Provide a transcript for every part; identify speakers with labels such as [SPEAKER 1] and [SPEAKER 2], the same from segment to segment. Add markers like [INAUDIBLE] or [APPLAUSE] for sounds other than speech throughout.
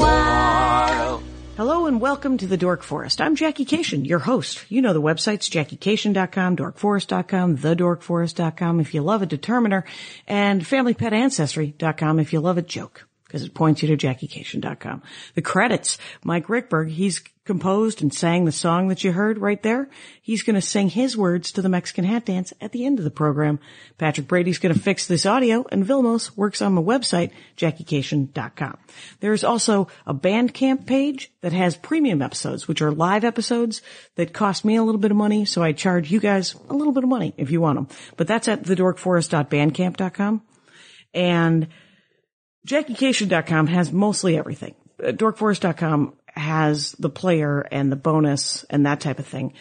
[SPEAKER 1] while.
[SPEAKER 2] Hello and welcome to the Dork Forest. I'm Jackie Cation, your host. You know the websites, jackiecation.com, dorkforest.com, thedorkforest.com if you love a determiner, and familypetancestry.com if you love a joke, because it points you to jackiecation.com. The credits, Mike Rickberg, he's composed and sang the song that you heard right there. He's going to sing his words to the Mexican hat dance at the end of the program. Patrick Brady's going to fix this audio and Vilmos works on my website, jackiecation.com. There's also a Bandcamp page that has premium episodes, which are live episodes that cost me a little bit of money. So I charge you guys a little bit of money if you want them, but that's at thedorkforest.bandcamp.com and JackieCation.com has mostly everything. Uh, DorkForest.com has the player and the bonus and that type of thing.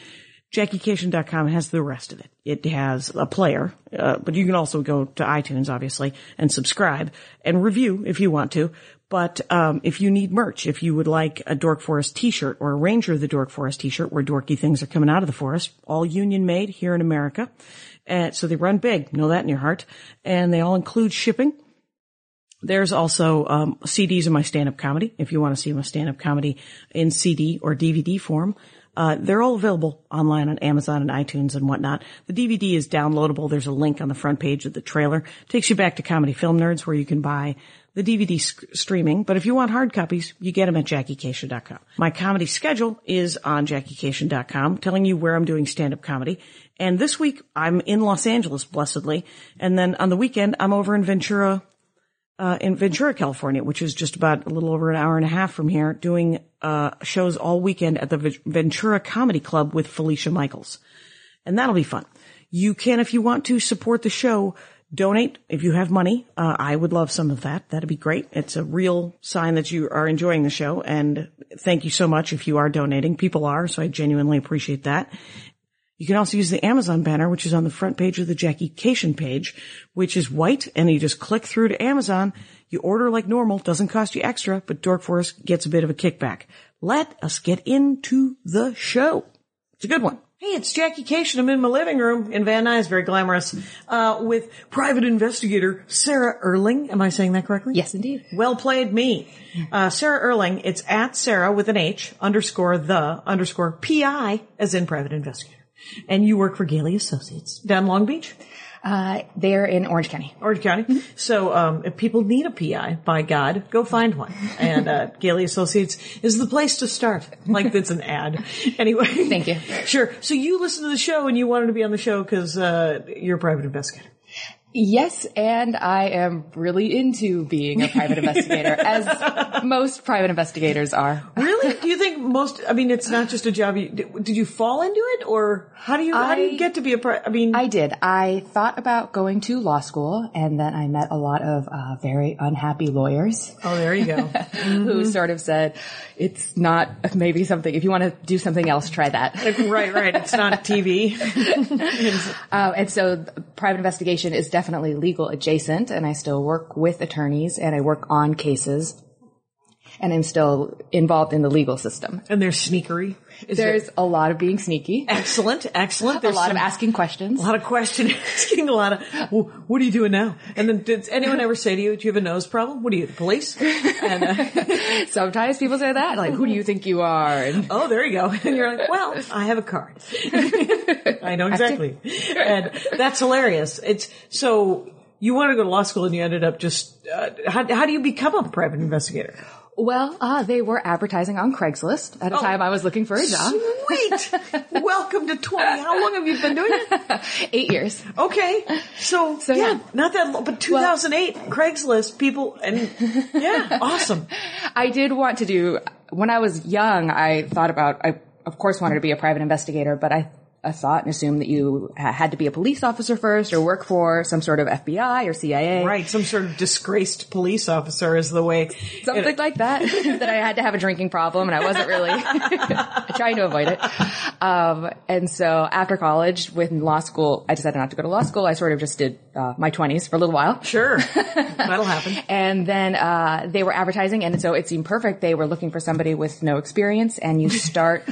[SPEAKER 2] JackieCation.com has the rest of it. It has a player, uh, but you can also go to iTunes, obviously, and subscribe and review if you want to. But um, if you need merch, if you would like a Dork Forest T-shirt or a Ranger of the Dork Forest T-shirt, where dorky things are coming out of the forest, all union made here in America, uh, so they run big. Know that in your heart, and they all include shipping. There's also um, CDs of my stand-up comedy. If you want to see my stand-up comedy in CD or DVD form, uh, they're all available online on Amazon and iTunes and whatnot. The DVD is downloadable. There's a link on the front page of the trailer. Takes you back to Comedy Film Nerds where you can buy the DVD sc- streaming. But if you want hard copies, you get them at JackieCation.com. My comedy schedule is on JackieCation.com, telling you where I'm doing stand-up comedy. And this week I'm in Los Angeles, blessedly. And then on the weekend I'm over in Ventura, uh, in Ventura, California, which is just about a little over an hour and a half from here, doing uh, shows all weekend at the Ve- Ventura Comedy Club with Felicia Michaels. And that'll be fun. You can, if you want to support the show, donate if you have money. Uh, I would love some of that. That'd be great. It's a real sign that you are enjoying the show. And thank you so much if you are donating. People are, so I genuinely appreciate that. You can also use the Amazon banner, which is on the front page of the Jackie Cation page, which is white, and you just click through to Amazon. You order like normal, doesn't cost you extra, but Dork Forest gets a bit of a kickback. Let us get into the show. It's a good one. Hey, it's Jackie Cation. I'm in my living room in Van Nuys, very glamorous, uh, with private investigator Sarah Erling. Am I saying that correctly?
[SPEAKER 3] Yes, indeed.
[SPEAKER 2] Well played me. Uh, Sarah Erling, it's at Sarah with an H underscore the underscore PI as in private investigator. And you work for Gailey Associates down Long Beach,
[SPEAKER 3] Uh, they're in Orange County.
[SPEAKER 2] Orange County.
[SPEAKER 3] Mm-hmm.
[SPEAKER 2] So, um, if people need a PI, by God, go find one. And,
[SPEAKER 3] [LAUGHS]
[SPEAKER 2] uh, Gailey Associates is the place to start. Like, it's an
[SPEAKER 3] [LAUGHS]
[SPEAKER 2] ad. Anyway.
[SPEAKER 3] Thank you.
[SPEAKER 2] Sure. So you listened to the show and you wanted to be on the show because, uh, you're a private investigator.
[SPEAKER 3] Yes, and I am really into being a [LAUGHS] private investigator, as most private investigators are.
[SPEAKER 2] Really? Do [LAUGHS] you think most? I mean, it's not just a job. You, did did you fall into it, or how do you how do you
[SPEAKER 3] I-
[SPEAKER 2] get to be a? Pri- I mean,
[SPEAKER 3] I did. I thought about going to law school, and then I met a lot of uh, very unhappy lawyers
[SPEAKER 2] oh, there you go.
[SPEAKER 3] who sort of said, "It's not maybe something. If you want to do something else, try that."
[SPEAKER 2] [LAUGHS] right, right. It's not TV.
[SPEAKER 3] Uh, and so private investigation is definitely legal adjacent and I still work with attorneys and I work on cases and I'm still involved in the legal system.
[SPEAKER 2] And they're sneakery. Is there-
[SPEAKER 3] There's a lot of being sneaky,
[SPEAKER 2] excellent, excellent.
[SPEAKER 3] a
[SPEAKER 2] There's
[SPEAKER 3] lot of
[SPEAKER 2] some-
[SPEAKER 3] asking questions.
[SPEAKER 2] a lot of question [LAUGHS] asking, a lot of well, what are you doing now? And then did anyone ever say to you, "Do you have a nose problem? What are you, the police?" And uh,
[SPEAKER 3] [LAUGHS] Sometimes people say that, like, who do you think you are? And
[SPEAKER 2] oh, there you go. [LAUGHS] And you're like,
[SPEAKER 3] [LAUGHS]
[SPEAKER 2] "Well, I have a card. [LAUGHS] I know exactly." And that's hilarious. It's so. You want to go to law school and you ended up just, uh, how, how do you become a private investigator?
[SPEAKER 3] well, uh, they were advertising on Craigslist at a time I was looking for a [LAUGHS] job.
[SPEAKER 2] Sweet. [LAUGHS] Welcome to 20. How long have you been doing it?
[SPEAKER 3] Eight years.
[SPEAKER 2] Okay. So,
[SPEAKER 3] So,
[SPEAKER 2] yeah,
[SPEAKER 3] yeah.
[SPEAKER 2] not that long, but 2008, Craigslist, people,
[SPEAKER 3] [LAUGHS]
[SPEAKER 2] and yeah, awesome.
[SPEAKER 3] I did want to do when I was young. I thought about I of course wanted to be a private investigator, but I, I thought and assumed that you ha- had to be a police officer first or work for some sort of FBI or CIA,
[SPEAKER 2] Right. Some sort of disgraced police officer is the way.
[SPEAKER 3] Something like that. [LAUGHS] that I had to have a drinking problem, and I wasn't really [LAUGHS] trying to avoid it. Um, and so after college, with law school, I decided not to go to law school. I sort of just did uh, my 20s for a little while. [LAUGHS]
[SPEAKER 2] Sure. [LAUGHS] That'll happen.
[SPEAKER 3] And then uh, they were advertising, and so it seemed perfect. They were looking for somebody with no experience, and
[SPEAKER 2] [LAUGHS]
[SPEAKER 3] you start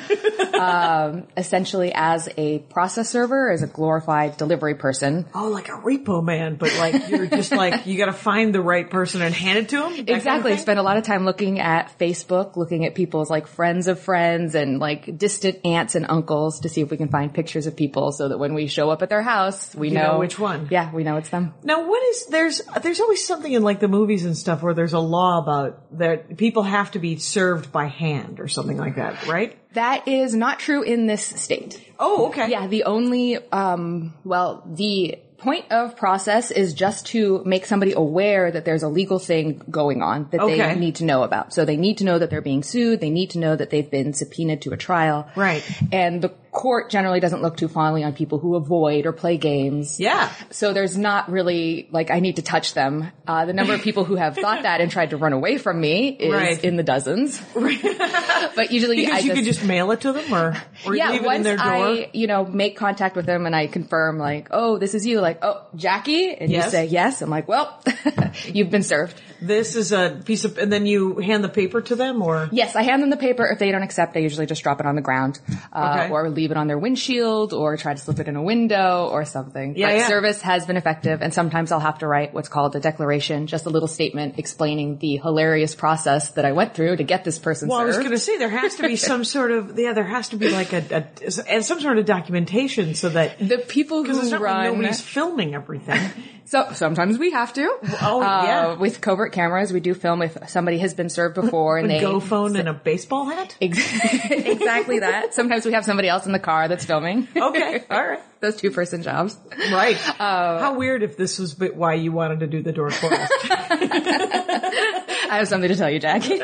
[SPEAKER 3] um, essentially as a process server, as a glorified delivery person.
[SPEAKER 2] Oh, like a repo man, but like you're just like you got to find the right person and hand it to him.
[SPEAKER 3] Exactly. Spend a lot of time looking at Facebook, looking at people's like friends of friends and like distant aunts and uncles to see if we can find pictures of people so that when we show up at their house, we
[SPEAKER 2] know which one.
[SPEAKER 3] Yeah, we know it's them.
[SPEAKER 2] Now, what is there's there's always something in like the movies and stuff where there's a law about that people have to be served by hand or something like that, right?
[SPEAKER 3] That is not true in this state.
[SPEAKER 2] Oh, okay.
[SPEAKER 3] Yeah, the only, um, well, the point of process is just to make somebody aware that there's a legal thing going on that
[SPEAKER 2] Okay.
[SPEAKER 3] they need to know about. So they need to know that they're being sued. They need to know that they've been subpoenaed to a trial.
[SPEAKER 2] Right.
[SPEAKER 3] And the court generally doesn't look too fondly on people who avoid or play games.
[SPEAKER 2] Yeah.
[SPEAKER 3] So there's not really like I need to touch them. Uh, the number of people who
[SPEAKER 2] [LAUGHS]
[SPEAKER 3] have thought that and tried to run away from me is
[SPEAKER 2] Right.
[SPEAKER 3] in the dozens. [LAUGHS] but usually
[SPEAKER 2] Because
[SPEAKER 3] I
[SPEAKER 2] you could just mail it to them or, or
[SPEAKER 3] yeah,
[SPEAKER 2] leave it
[SPEAKER 3] once
[SPEAKER 2] in their door.
[SPEAKER 3] I, you know, make contact with them and I confirm like, oh, this is you, like, oh, Jackie, and
[SPEAKER 2] Yes.
[SPEAKER 3] you say yes, I'm like, well, [LAUGHS] you've been served.
[SPEAKER 2] this is a piece of, and then you hand the paper to them or?
[SPEAKER 3] Yes, I hand them the paper. If they don't accept, I usually just drop it on the ground, uh,
[SPEAKER 2] Okay.
[SPEAKER 3] or leave it on their windshield, or try to slip it in a window or something.
[SPEAKER 2] Yeah,
[SPEAKER 3] but
[SPEAKER 2] yeah.
[SPEAKER 3] service has been effective, and sometimes I'll have to write what's called a declaration, just a little statement explaining the hilarious process that I went through to get this person
[SPEAKER 2] Well, I was
[SPEAKER 3] served.
[SPEAKER 2] going to say there has
[SPEAKER 3] [LAUGHS]
[SPEAKER 2] to be some sort of yeah, there has to be like a, a and some sort of documentation so that
[SPEAKER 3] the people
[SPEAKER 2] because
[SPEAKER 3] who
[SPEAKER 2] it's not
[SPEAKER 3] run
[SPEAKER 2] like nobody's filming everything.
[SPEAKER 3] [LAUGHS] So sometimes we have to. Uh,
[SPEAKER 2] Oh, yeah.
[SPEAKER 3] With covert cameras, we do film if somebody has been served before and
[SPEAKER 2] a
[SPEAKER 3] they
[SPEAKER 2] go phone and a baseball hat.
[SPEAKER 3] [LAUGHS] Ex- [LAUGHS] exactly that. Sometimes we have somebody else in the car that's filming. [LAUGHS]
[SPEAKER 2] Okay, all right.
[SPEAKER 3] Those two person jobs.
[SPEAKER 2] Right. [LAUGHS] How weird if this was bit why you wanted to do the door
[SPEAKER 3] [LAUGHS]
[SPEAKER 2] for us.
[SPEAKER 3] I have something to tell you, Jackie.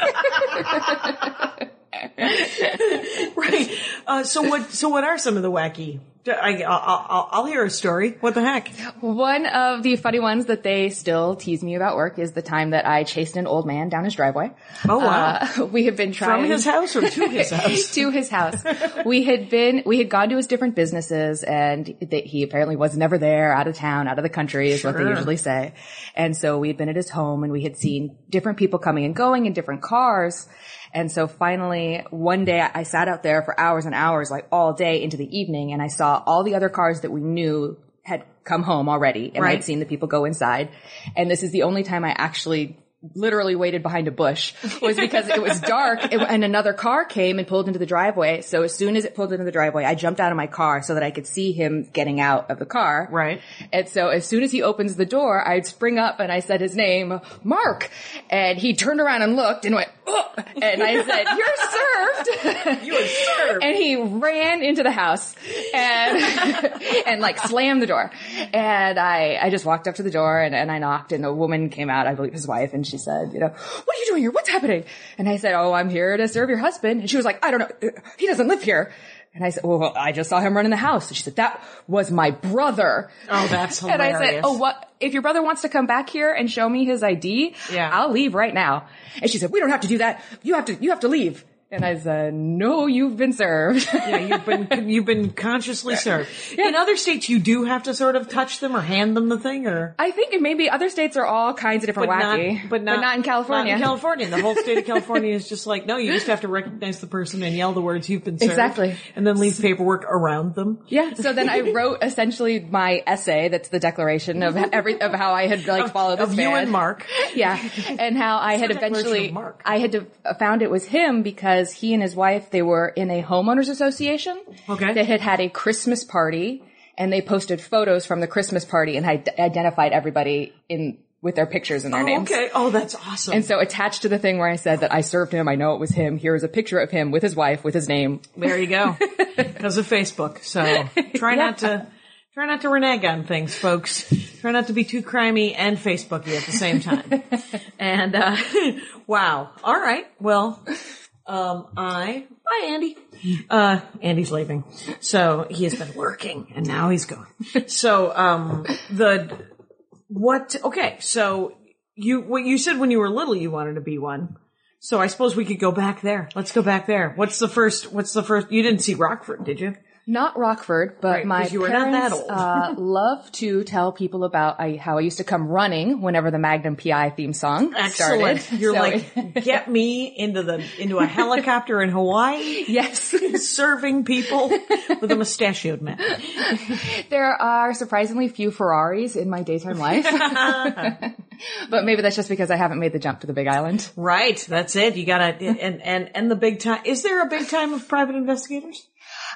[SPEAKER 2] right. [LAUGHS] Uh, so what? So what are some of the wacky? I, I'll, I'll, I'll hear a story. What the heck?
[SPEAKER 3] [LAUGHS] One of the funny ones that they still tease me about work is the time that I chased an old man down his driveway. [LAUGHS]
[SPEAKER 2] Oh wow!
[SPEAKER 3] Uh, we have been trying
[SPEAKER 2] From his house or to
[SPEAKER 3] [LAUGHS]
[SPEAKER 2] his house?
[SPEAKER 3] to his house. We had been, we had gone to his different businesses and th- he apparently was never there, out of town, out of the country is what they
[SPEAKER 2] Sure.
[SPEAKER 3] usually say. And so we had been at his home and we had seen different people coming and going in different cars. And so finally one day I I sat out there for hours and hours, like all day into the evening and I saw all the other cars that we knew had come home already and
[SPEAKER 2] Right.
[SPEAKER 3] I'd seen the people go inside. And this is the only time I actually literally waited behind a bush was because it was dark [LAUGHS] it- and another car came and pulled into the driveway. So as soon as it pulled into the driveway, I jumped out of my car so that I could see him getting out of the car.
[SPEAKER 2] Right.
[SPEAKER 3] And so as soon as he opens the door, I'd spring up and I said his name, Mark. And he turned around and looked and went, oh, and I said, you're served. [LAUGHS]
[SPEAKER 2] You were served.
[SPEAKER 3] And he ran into the house and [LAUGHS] and like slammed the door. And I, I just walked up to the door and, and I knocked and a woman came out, I believe his wife, and she said, you know, what are you doing here? What's happening? And I said, oh, I'm here to serve your husband. And she was like, I don't know. He doesn't live here. And I said, well, I just saw him run in the house. And she said, that was my brother.
[SPEAKER 2] Oh, that's
[SPEAKER 3] And I
[SPEAKER 2] hilarious.
[SPEAKER 3] said, "Oh, what? If your brother wants to come back here and show me his ID,
[SPEAKER 2] Yeah.
[SPEAKER 3] I'll leave right now." And she said, "We don't have to do that. You have to. You have to leave." And I said, "No, you've been served."
[SPEAKER 2] [LAUGHS] yeah, you've been you've been consciously
[SPEAKER 3] [LAUGHS]
[SPEAKER 2] served. In other states, you do have to sort of touch them or hand them the thing, or
[SPEAKER 3] I think in maybe other states are all kinds of different wacky,
[SPEAKER 2] but not
[SPEAKER 3] in California.
[SPEAKER 2] Not in California, the whole
[SPEAKER 3] [LAUGHS]
[SPEAKER 2] state of California is just like no. You just have to recognize the person and yell the words you've been served,
[SPEAKER 3] Exactly.
[SPEAKER 2] and then leave paperwork around them.
[SPEAKER 3] Yeah. So then I wrote essentially my essay. That's the
[SPEAKER 2] [LAUGHS]
[SPEAKER 3] declaration of every of how I had like followed
[SPEAKER 2] of
[SPEAKER 3] this
[SPEAKER 2] you
[SPEAKER 3] man.
[SPEAKER 2] and Mark.
[SPEAKER 3] [LAUGHS]
[SPEAKER 2] [LAUGHS]
[SPEAKER 3] yeah, and how I had
[SPEAKER 2] the declaration
[SPEAKER 3] eventually
[SPEAKER 2] of Mark.
[SPEAKER 3] I had to, uh, found it was him because he and his wife they were in a homeowners association.
[SPEAKER 2] Okay.
[SPEAKER 3] that had had a Christmas party, and they posted photos from the Christmas party and had identified everybody in with their pictures and their
[SPEAKER 2] Oh,
[SPEAKER 3] names.
[SPEAKER 2] okay. Oh, that's awesome.
[SPEAKER 3] And so attached to the thing where I said that I served him, I know it was him. Here is a picture of him with his wife, with
[SPEAKER 2] [LAUGHS]
[SPEAKER 3] his name.
[SPEAKER 2] [LAUGHS] there you
[SPEAKER 3] [LAUGHS]
[SPEAKER 2] go. Because of Facebook, so try not to. Try not to renege on things, folks. Try not to be too crimey and Facebooky at the same
[SPEAKER 3] [LAUGHS]
[SPEAKER 2] time. and uh, [LAUGHS] wow, all right. Well, um, I bye, Andy. Uh, Andy's leaving, so he has been working, and now he's going. So um, the what? Okay, so you what you said when you were little, you wanted to be one. So I suppose we could go back there. Let's go back there. What's the first? What's the first? You didn't see Rockford, did you?
[SPEAKER 3] Not Rockford, but
[SPEAKER 2] Right,
[SPEAKER 3] my
[SPEAKER 2] 'cause you were not that
[SPEAKER 3] parents
[SPEAKER 2] old. [LAUGHS]
[SPEAKER 3] uh, love to tell people about I, how I used to come running whenever the Magnum PI theme song
[SPEAKER 2] Excellent.
[SPEAKER 3] [LAUGHS] started.
[SPEAKER 2] You're
[SPEAKER 3] So-
[SPEAKER 2] like, get me into the into a helicopter in Hawaii,
[SPEAKER 3] yes. [LAUGHS]
[SPEAKER 2] [LAUGHS] serving people with a mustachioed man.
[SPEAKER 3] There are surprisingly few Ferraris in my
[SPEAKER 2] [LAUGHS]
[SPEAKER 3] daytime life. [LAUGHS] but maybe that's just because I haven't made the jump to the Big Island.
[SPEAKER 2] Right, that's it. You gotta and and and the big time. Is there a big time of private investigators?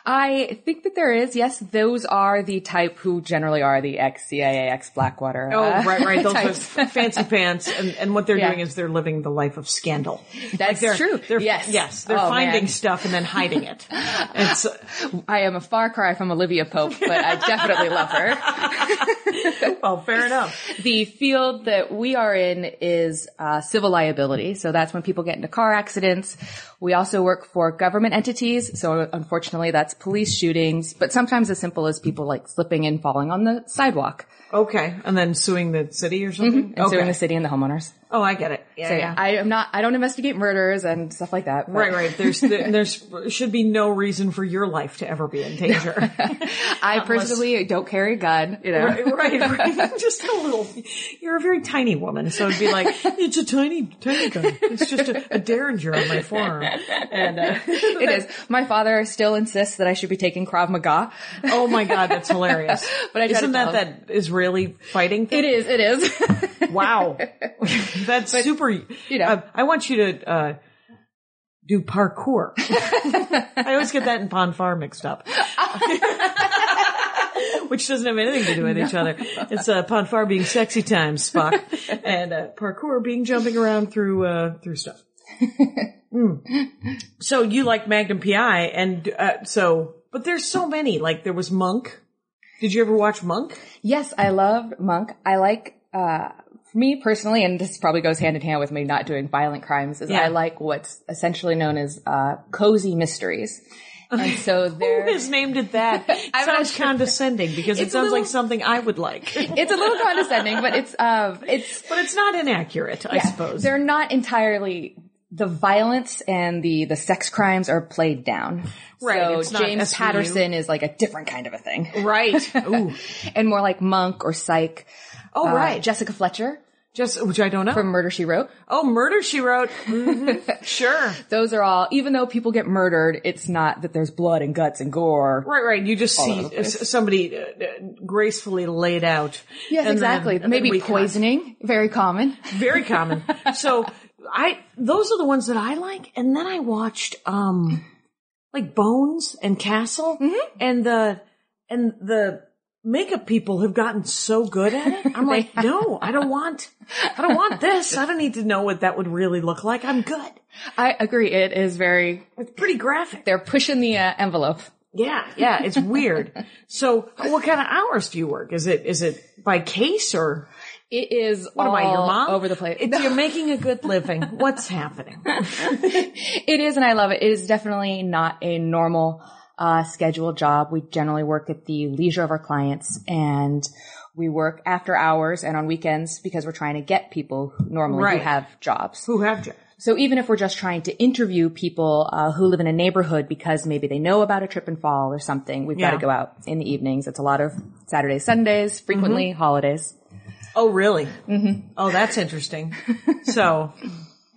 [SPEAKER 3] I think that there is. Yes, those are the type who generally are the ex CIA, ex Blackwater.
[SPEAKER 2] Oh,
[SPEAKER 3] uh,
[SPEAKER 2] right,
[SPEAKER 3] [LAUGHS]
[SPEAKER 2] right. Those
[SPEAKER 3] types.
[SPEAKER 2] are fancy pants, and, and what they're
[SPEAKER 3] Yeah.
[SPEAKER 2] doing is they're living the life of scandal.
[SPEAKER 3] That's
[SPEAKER 2] they're,
[SPEAKER 3] true.
[SPEAKER 2] They're,
[SPEAKER 3] yes.
[SPEAKER 2] yes. They're
[SPEAKER 3] Oh,
[SPEAKER 2] finding
[SPEAKER 3] man.
[SPEAKER 2] stuff and then hiding it. It's
[SPEAKER 3] I am a far cry from Olivia Pope, but I definitely love her.
[SPEAKER 2] well, fair enough.
[SPEAKER 3] The field that we are in is uh, civil liability. So that's when people get into car accidents. We also work for government entities. So unfortunately, that's police shootings, but sometimes as simple as people like slipping and falling on the sidewalk
[SPEAKER 2] Okay, and then suing the city or something.
[SPEAKER 3] Mm-hmm, and
[SPEAKER 2] okay.
[SPEAKER 3] suing the city and the homeowners.
[SPEAKER 2] Oh, I get it. Yeah,
[SPEAKER 3] So
[SPEAKER 2] yeah.
[SPEAKER 3] yeah, I am not. I don't investigate murders and stuff like that. but-
[SPEAKER 2] Right, right. There's there's should be no reason for your life to ever be in
[SPEAKER 3] [LAUGHS]
[SPEAKER 2] danger.
[SPEAKER 3] I personally don't carry a gun. You know.
[SPEAKER 2] right, right, right. [LAUGHS] Just a little. You're a very tiny woman, so it'd be like it's a tiny, tiny gun. It's just a, a derringer on my forearm. And uh,
[SPEAKER 3] [LAUGHS] It is. My father still insists that I should be taking Krav Maga.
[SPEAKER 2] oh my god, that's hilarious.
[SPEAKER 3] But I try to
[SPEAKER 2] isn't that
[SPEAKER 3] tell him.
[SPEAKER 2] that Israeli fighting thing?
[SPEAKER 3] It is. It [LAUGHS] is.
[SPEAKER 2] [LAUGHS] Wow, that's super. You
[SPEAKER 3] know.
[SPEAKER 2] I want you to uh, do [LAUGHS] parkour. I always get that and pon far mixed up. [LAUGHS] Which doesn't have anything to do with each other. It's uh, pon far being sexy time, [LAUGHS] Spock, and uh, parkour being jumping around through uh, through stuff. [LAUGHS] Mm. So you like Magnum PI, and uh, so but there's so many. Like there was Monk. Did you ever watch Monk?
[SPEAKER 3] Yes, I loved Monk. I like, uh, for me personally, and this probably goes hand in hand with me not doing violent crimes, is
[SPEAKER 2] Yeah.
[SPEAKER 3] I like what's essentially known as, uh, cozy mysteries. And so
[SPEAKER 2] [LAUGHS]
[SPEAKER 3] there,
[SPEAKER 2] Who has named it that? It
[SPEAKER 3] [LAUGHS] I'm
[SPEAKER 2] sounds
[SPEAKER 3] not sure.
[SPEAKER 2] condescending because it
[SPEAKER 3] It's a
[SPEAKER 2] sounds like
[SPEAKER 3] little-
[SPEAKER 2] something I would
[SPEAKER 3] [LAUGHS]
[SPEAKER 2] like.
[SPEAKER 3] it's a little condescending, but it's, uh, it's,
[SPEAKER 2] But it's not inaccurate, [LAUGHS] I suppose.
[SPEAKER 3] they're not entirely, the violence and the, the sex crimes are played down.
[SPEAKER 2] Right,
[SPEAKER 3] So
[SPEAKER 2] it's not
[SPEAKER 3] James
[SPEAKER 2] SVU.
[SPEAKER 3] Patterson is like a different kind of a thing. [LAUGHS]
[SPEAKER 2] Right. Ooh.
[SPEAKER 3] And more like Monk or Psych.
[SPEAKER 2] Oh,
[SPEAKER 3] Uh,
[SPEAKER 2] right. Just,
[SPEAKER 3] Jessica Fletcher
[SPEAKER 2] just, which I don't know.
[SPEAKER 3] from Murder, She Wrote.
[SPEAKER 2] oh, Murder, She Wrote.
[SPEAKER 3] [LAUGHS]
[SPEAKER 2] Mhm. sure.
[SPEAKER 3] those are all even though people get murdered it's not that there's blood and guts and gore
[SPEAKER 2] Right, right. You just see
[SPEAKER 3] over the place.
[SPEAKER 2] s- somebody uh, uh, gracefully laid out.
[SPEAKER 3] yes
[SPEAKER 2] And then-
[SPEAKER 3] exactly
[SPEAKER 2] and then we
[SPEAKER 3] maybe
[SPEAKER 2] cut.
[SPEAKER 3] poisoning very common
[SPEAKER 2] Very common. so I, those are the ones that I like. And then I watched, um, like Bones and Castle
[SPEAKER 3] Mm-hmm.
[SPEAKER 2] and the, and the makeup people have gotten so good at it. I'm
[SPEAKER 3] [LAUGHS]
[SPEAKER 2] like, no, I don't want, I don't want this. I don't need to know what that would really look like. I'm good.
[SPEAKER 3] i agree it is very
[SPEAKER 2] It's pretty graphic.
[SPEAKER 3] they're pushing the uh, envelope
[SPEAKER 2] Yeah. Yeah. It's weird. so what kind of hours do you work? Is it, is it by case or?
[SPEAKER 3] it is
[SPEAKER 2] What
[SPEAKER 3] all
[SPEAKER 2] am I, your mom?
[SPEAKER 3] over the place
[SPEAKER 2] It's, you're making a good living. What's happening?
[SPEAKER 3] [LAUGHS] it is and i love it it is definitely not a normal uh, scheduled job we generally work at the leisure of our clients and we work after hours and on weekends because we're trying to get people who normally
[SPEAKER 2] Right.
[SPEAKER 3] who have jobs
[SPEAKER 2] Who have you?
[SPEAKER 3] So even if we're just trying to interview people uh, who live in a neighborhood because maybe they know about a trip and fall or something, we've
[SPEAKER 2] Yeah. Mm-hmm.
[SPEAKER 3] got to go out in the evenings. It's a lot of Saturdays, Sundays, frequently holidays.
[SPEAKER 2] Oh, really? Mm-hmm. Oh, that's interesting. so,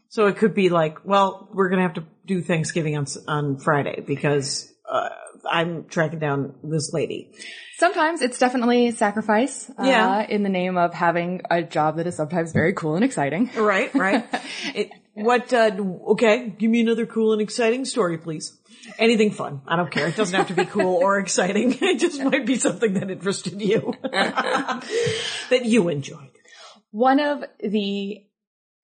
[SPEAKER 2] so it could be like, well, we're gonna have to do Thanksgiving on s- on Friday because uh, I'm tracking down this lady.
[SPEAKER 3] Sometimes it's definitely sacrifice uh,
[SPEAKER 2] Yeah.
[SPEAKER 3] in the name of having a job that is sometimes very cool and exciting.
[SPEAKER 2] Right, right. [LAUGHS] it, what? Uh, okay, give me another cool and exciting story, please. Anything fun? I don't care. It doesn't have to be cool or [LAUGHS] exciting. It just might be something that interested you, [LAUGHS] that you enjoyed.
[SPEAKER 3] One of the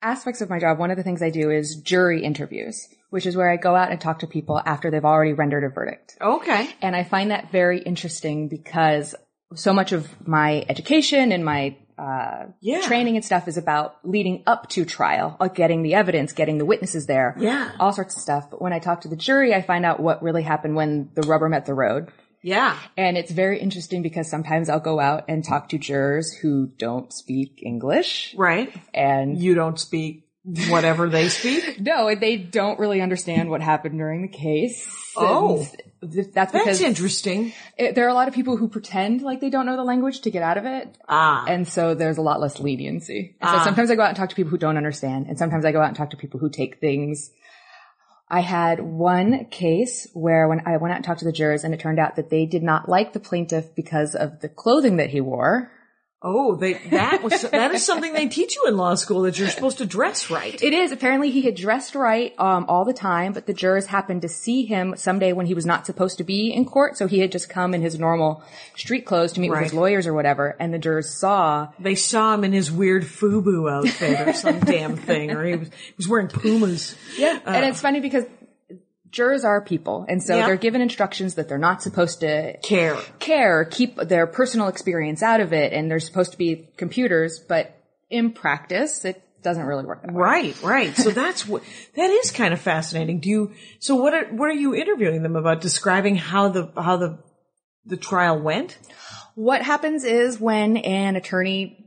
[SPEAKER 3] aspects of my job, one of the things I do is jury interviews, which is where I go out and talk to people after they've already rendered a verdict.
[SPEAKER 2] Okay.
[SPEAKER 3] And I find that very interesting because so much of my education and my uh,
[SPEAKER 2] Yeah.
[SPEAKER 3] training and stuff is about leading up to trial, like getting the evidence, getting the witnesses there,
[SPEAKER 2] Yeah.
[SPEAKER 3] all sorts of stuff. But when I talk to the jury, I find out what really happened when the rubber met the road.
[SPEAKER 2] Yeah.
[SPEAKER 3] And it's very interesting because sometimes I'll go out and talk to jurors who don't speak English
[SPEAKER 2] Right.
[SPEAKER 3] and
[SPEAKER 2] You don't speak whatever they speak.
[SPEAKER 3] No, they don't really understand what happened during the case.
[SPEAKER 2] Oh.
[SPEAKER 3] And th- that's because
[SPEAKER 2] That's interesting.
[SPEAKER 3] it, there are a lot of people who pretend like they don't know the language to get out of it.
[SPEAKER 2] Ah.
[SPEAKER 3] And so there's a lot less leniency. And So sometimes I go out and talk to people who don't understand, and sometimes I go out and talk to people who take things. I had one case where when I went out and talked to the jurors, and it turned out that they did not like the plaintiff because of the clothing that he wore.
[SPEAKER 2] Oh, they, that [LAUGHS] was, that is something they teach you in law school that you're supposed to dress right.
[SPEAKER 3] It is. Apparently, he had dressed right um, all the time, but the jurors happened to see him someday when he was not supposed to be in court. So he had just come in his normal street clothes to meet with his
[SPEAKER 2] Right.
[SPEAKER 3] lawyers or whatever. And the jurors saw
[SPEAKER 2] They saw him in his weird FUBU outfit or some damn thing, or he was, he was wearing Pumas.
[SPEAKER 3] Yeah. and it's funny because jurors are people. And so
[SPEAKER 2] Yeah.
[SPEAKER 3] they're given instructions that they're not supposed to
[SPEAKER 2] Care.
[SPEAKER 3] care, keep their personal experience out of it. And they're supposed to be computers, but in practice, it doesn't really work that way.
[SPEAKER 2] Right, right. So that's what, that is kind of fascinating. Do you, so what are, what are you interviewing them about? Describing how the, how the, the trial went?
[SPEAKER 3] What happens is when an attorney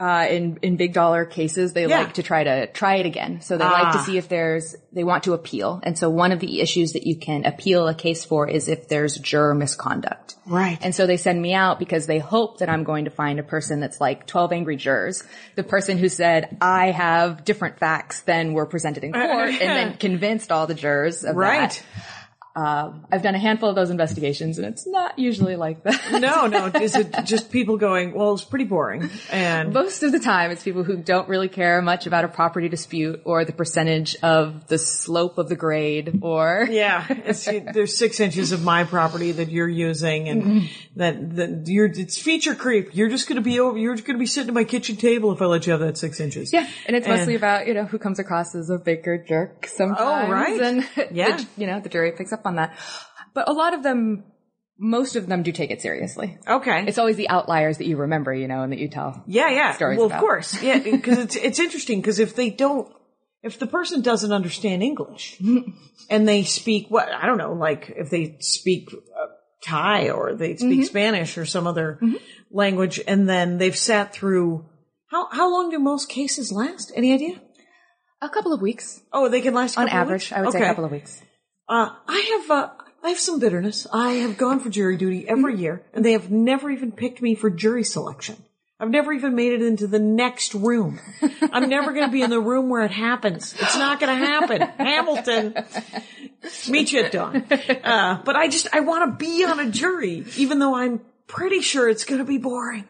[SPEAKER 3] uh, in in big dollar cases, they
[SPEAKER 2] Yeah.
[SPEAKER 3] like to try to try it again. So they like to see if there's they want to appeal. And so one of the issues that you can appeal a case for is if there's juror misconduct.
[SPEAKER 2] Right.
[SPEAKER 3] And so they send me out because they hope that I'm going to find a person that's like 12 angry jurors, the person who said, I have different facts than were presented in court and then
[SPEAKER 2] [LAUGHS]
[SPEAKER 3] convinced all the jurors of
[SPEAKER 2] Right.
[SPEAKER 3] that. Um, I've done a handful of those investigations and it's not usually like that.
[SPEAKER 2] [LAUGHS] No, no. Is it just people going, well, it's pretty boring. And
[SPEAKER 3] Most of the time it's people who don't really care much about a property dispute or the percentage of the slope of the grade or
[SPEAKER 2] yeah, it's, there's six inches of my property that you're using and
[SPEAKER 3] Mm-hmm.
[SPEAKER 2] that, that you're, it's feature creep. You're just going to be over, you're just going to be sitting at my kitchen table if I let you have that six inches.
[SPEAKER 3] Yeah, and it's mostly
[SPEAKER 2] And-
[SPEAKER 3] about you know who comes across as a baker jerk sometimes.
[SPEAKER 2] Oh, right.
[SPEAKER 3] and [LAUGHS]
[SPEAKER 2] Yeah.
[SPEAKER 3] the, you know the jury picks up on that. But a lot of them, most of them do take it seriously.
[SPEAKER 2] Okay.
[SPEAKER 3] It's always the outliers that you remember, you know, and that you tell.
[SPEAKER 2] Yeah, yeah.
[SPEAKER 3] stories
[SPEAKER 2] well,
[SPEAKER 3] about.
[SPEAKER 2] of course.
[SPEAKER 3] [LAUGHS]
[SPEAKER 2] Yeah, because it's it's interesting because if they don't, if the person doesn't understand English
[SPEAKER 3] Mm-hmm.
[SPEAKER 2] and they speak what I don't know, like if they speak uh, Thai or they
[SPEAKER 3] Mm-hmm.
[SPEAKER 2] speak Spanish or some other language, and then they've sat through how how long do most cases last? Any idea?
[SPEAKER 3] A couple of weeks
[SPEAKER 2] Oh, they can last a
[SPEAKER 3] on
[SPEAKER 2] couple of
[SPEAKER 3] average,
[SPEAKER 2] weeks?
[SPEAKER 3] I would say
[SPEAKER 2] Okay.
[SPEAKER 3] a couple of weeks.
[SPEAKER 2] Uh, I have, uh, I have some bitterness. I have gone for jury duty every year, and they have never even picked me for jury selection. I've never even made it into the next room. I'm never going to be in the room where it happens. It's not going to happen. Hamilton, meet you at dawn. Uh, but I just, I want to be on a jury, even though I'm pretty sure it's going to be boring.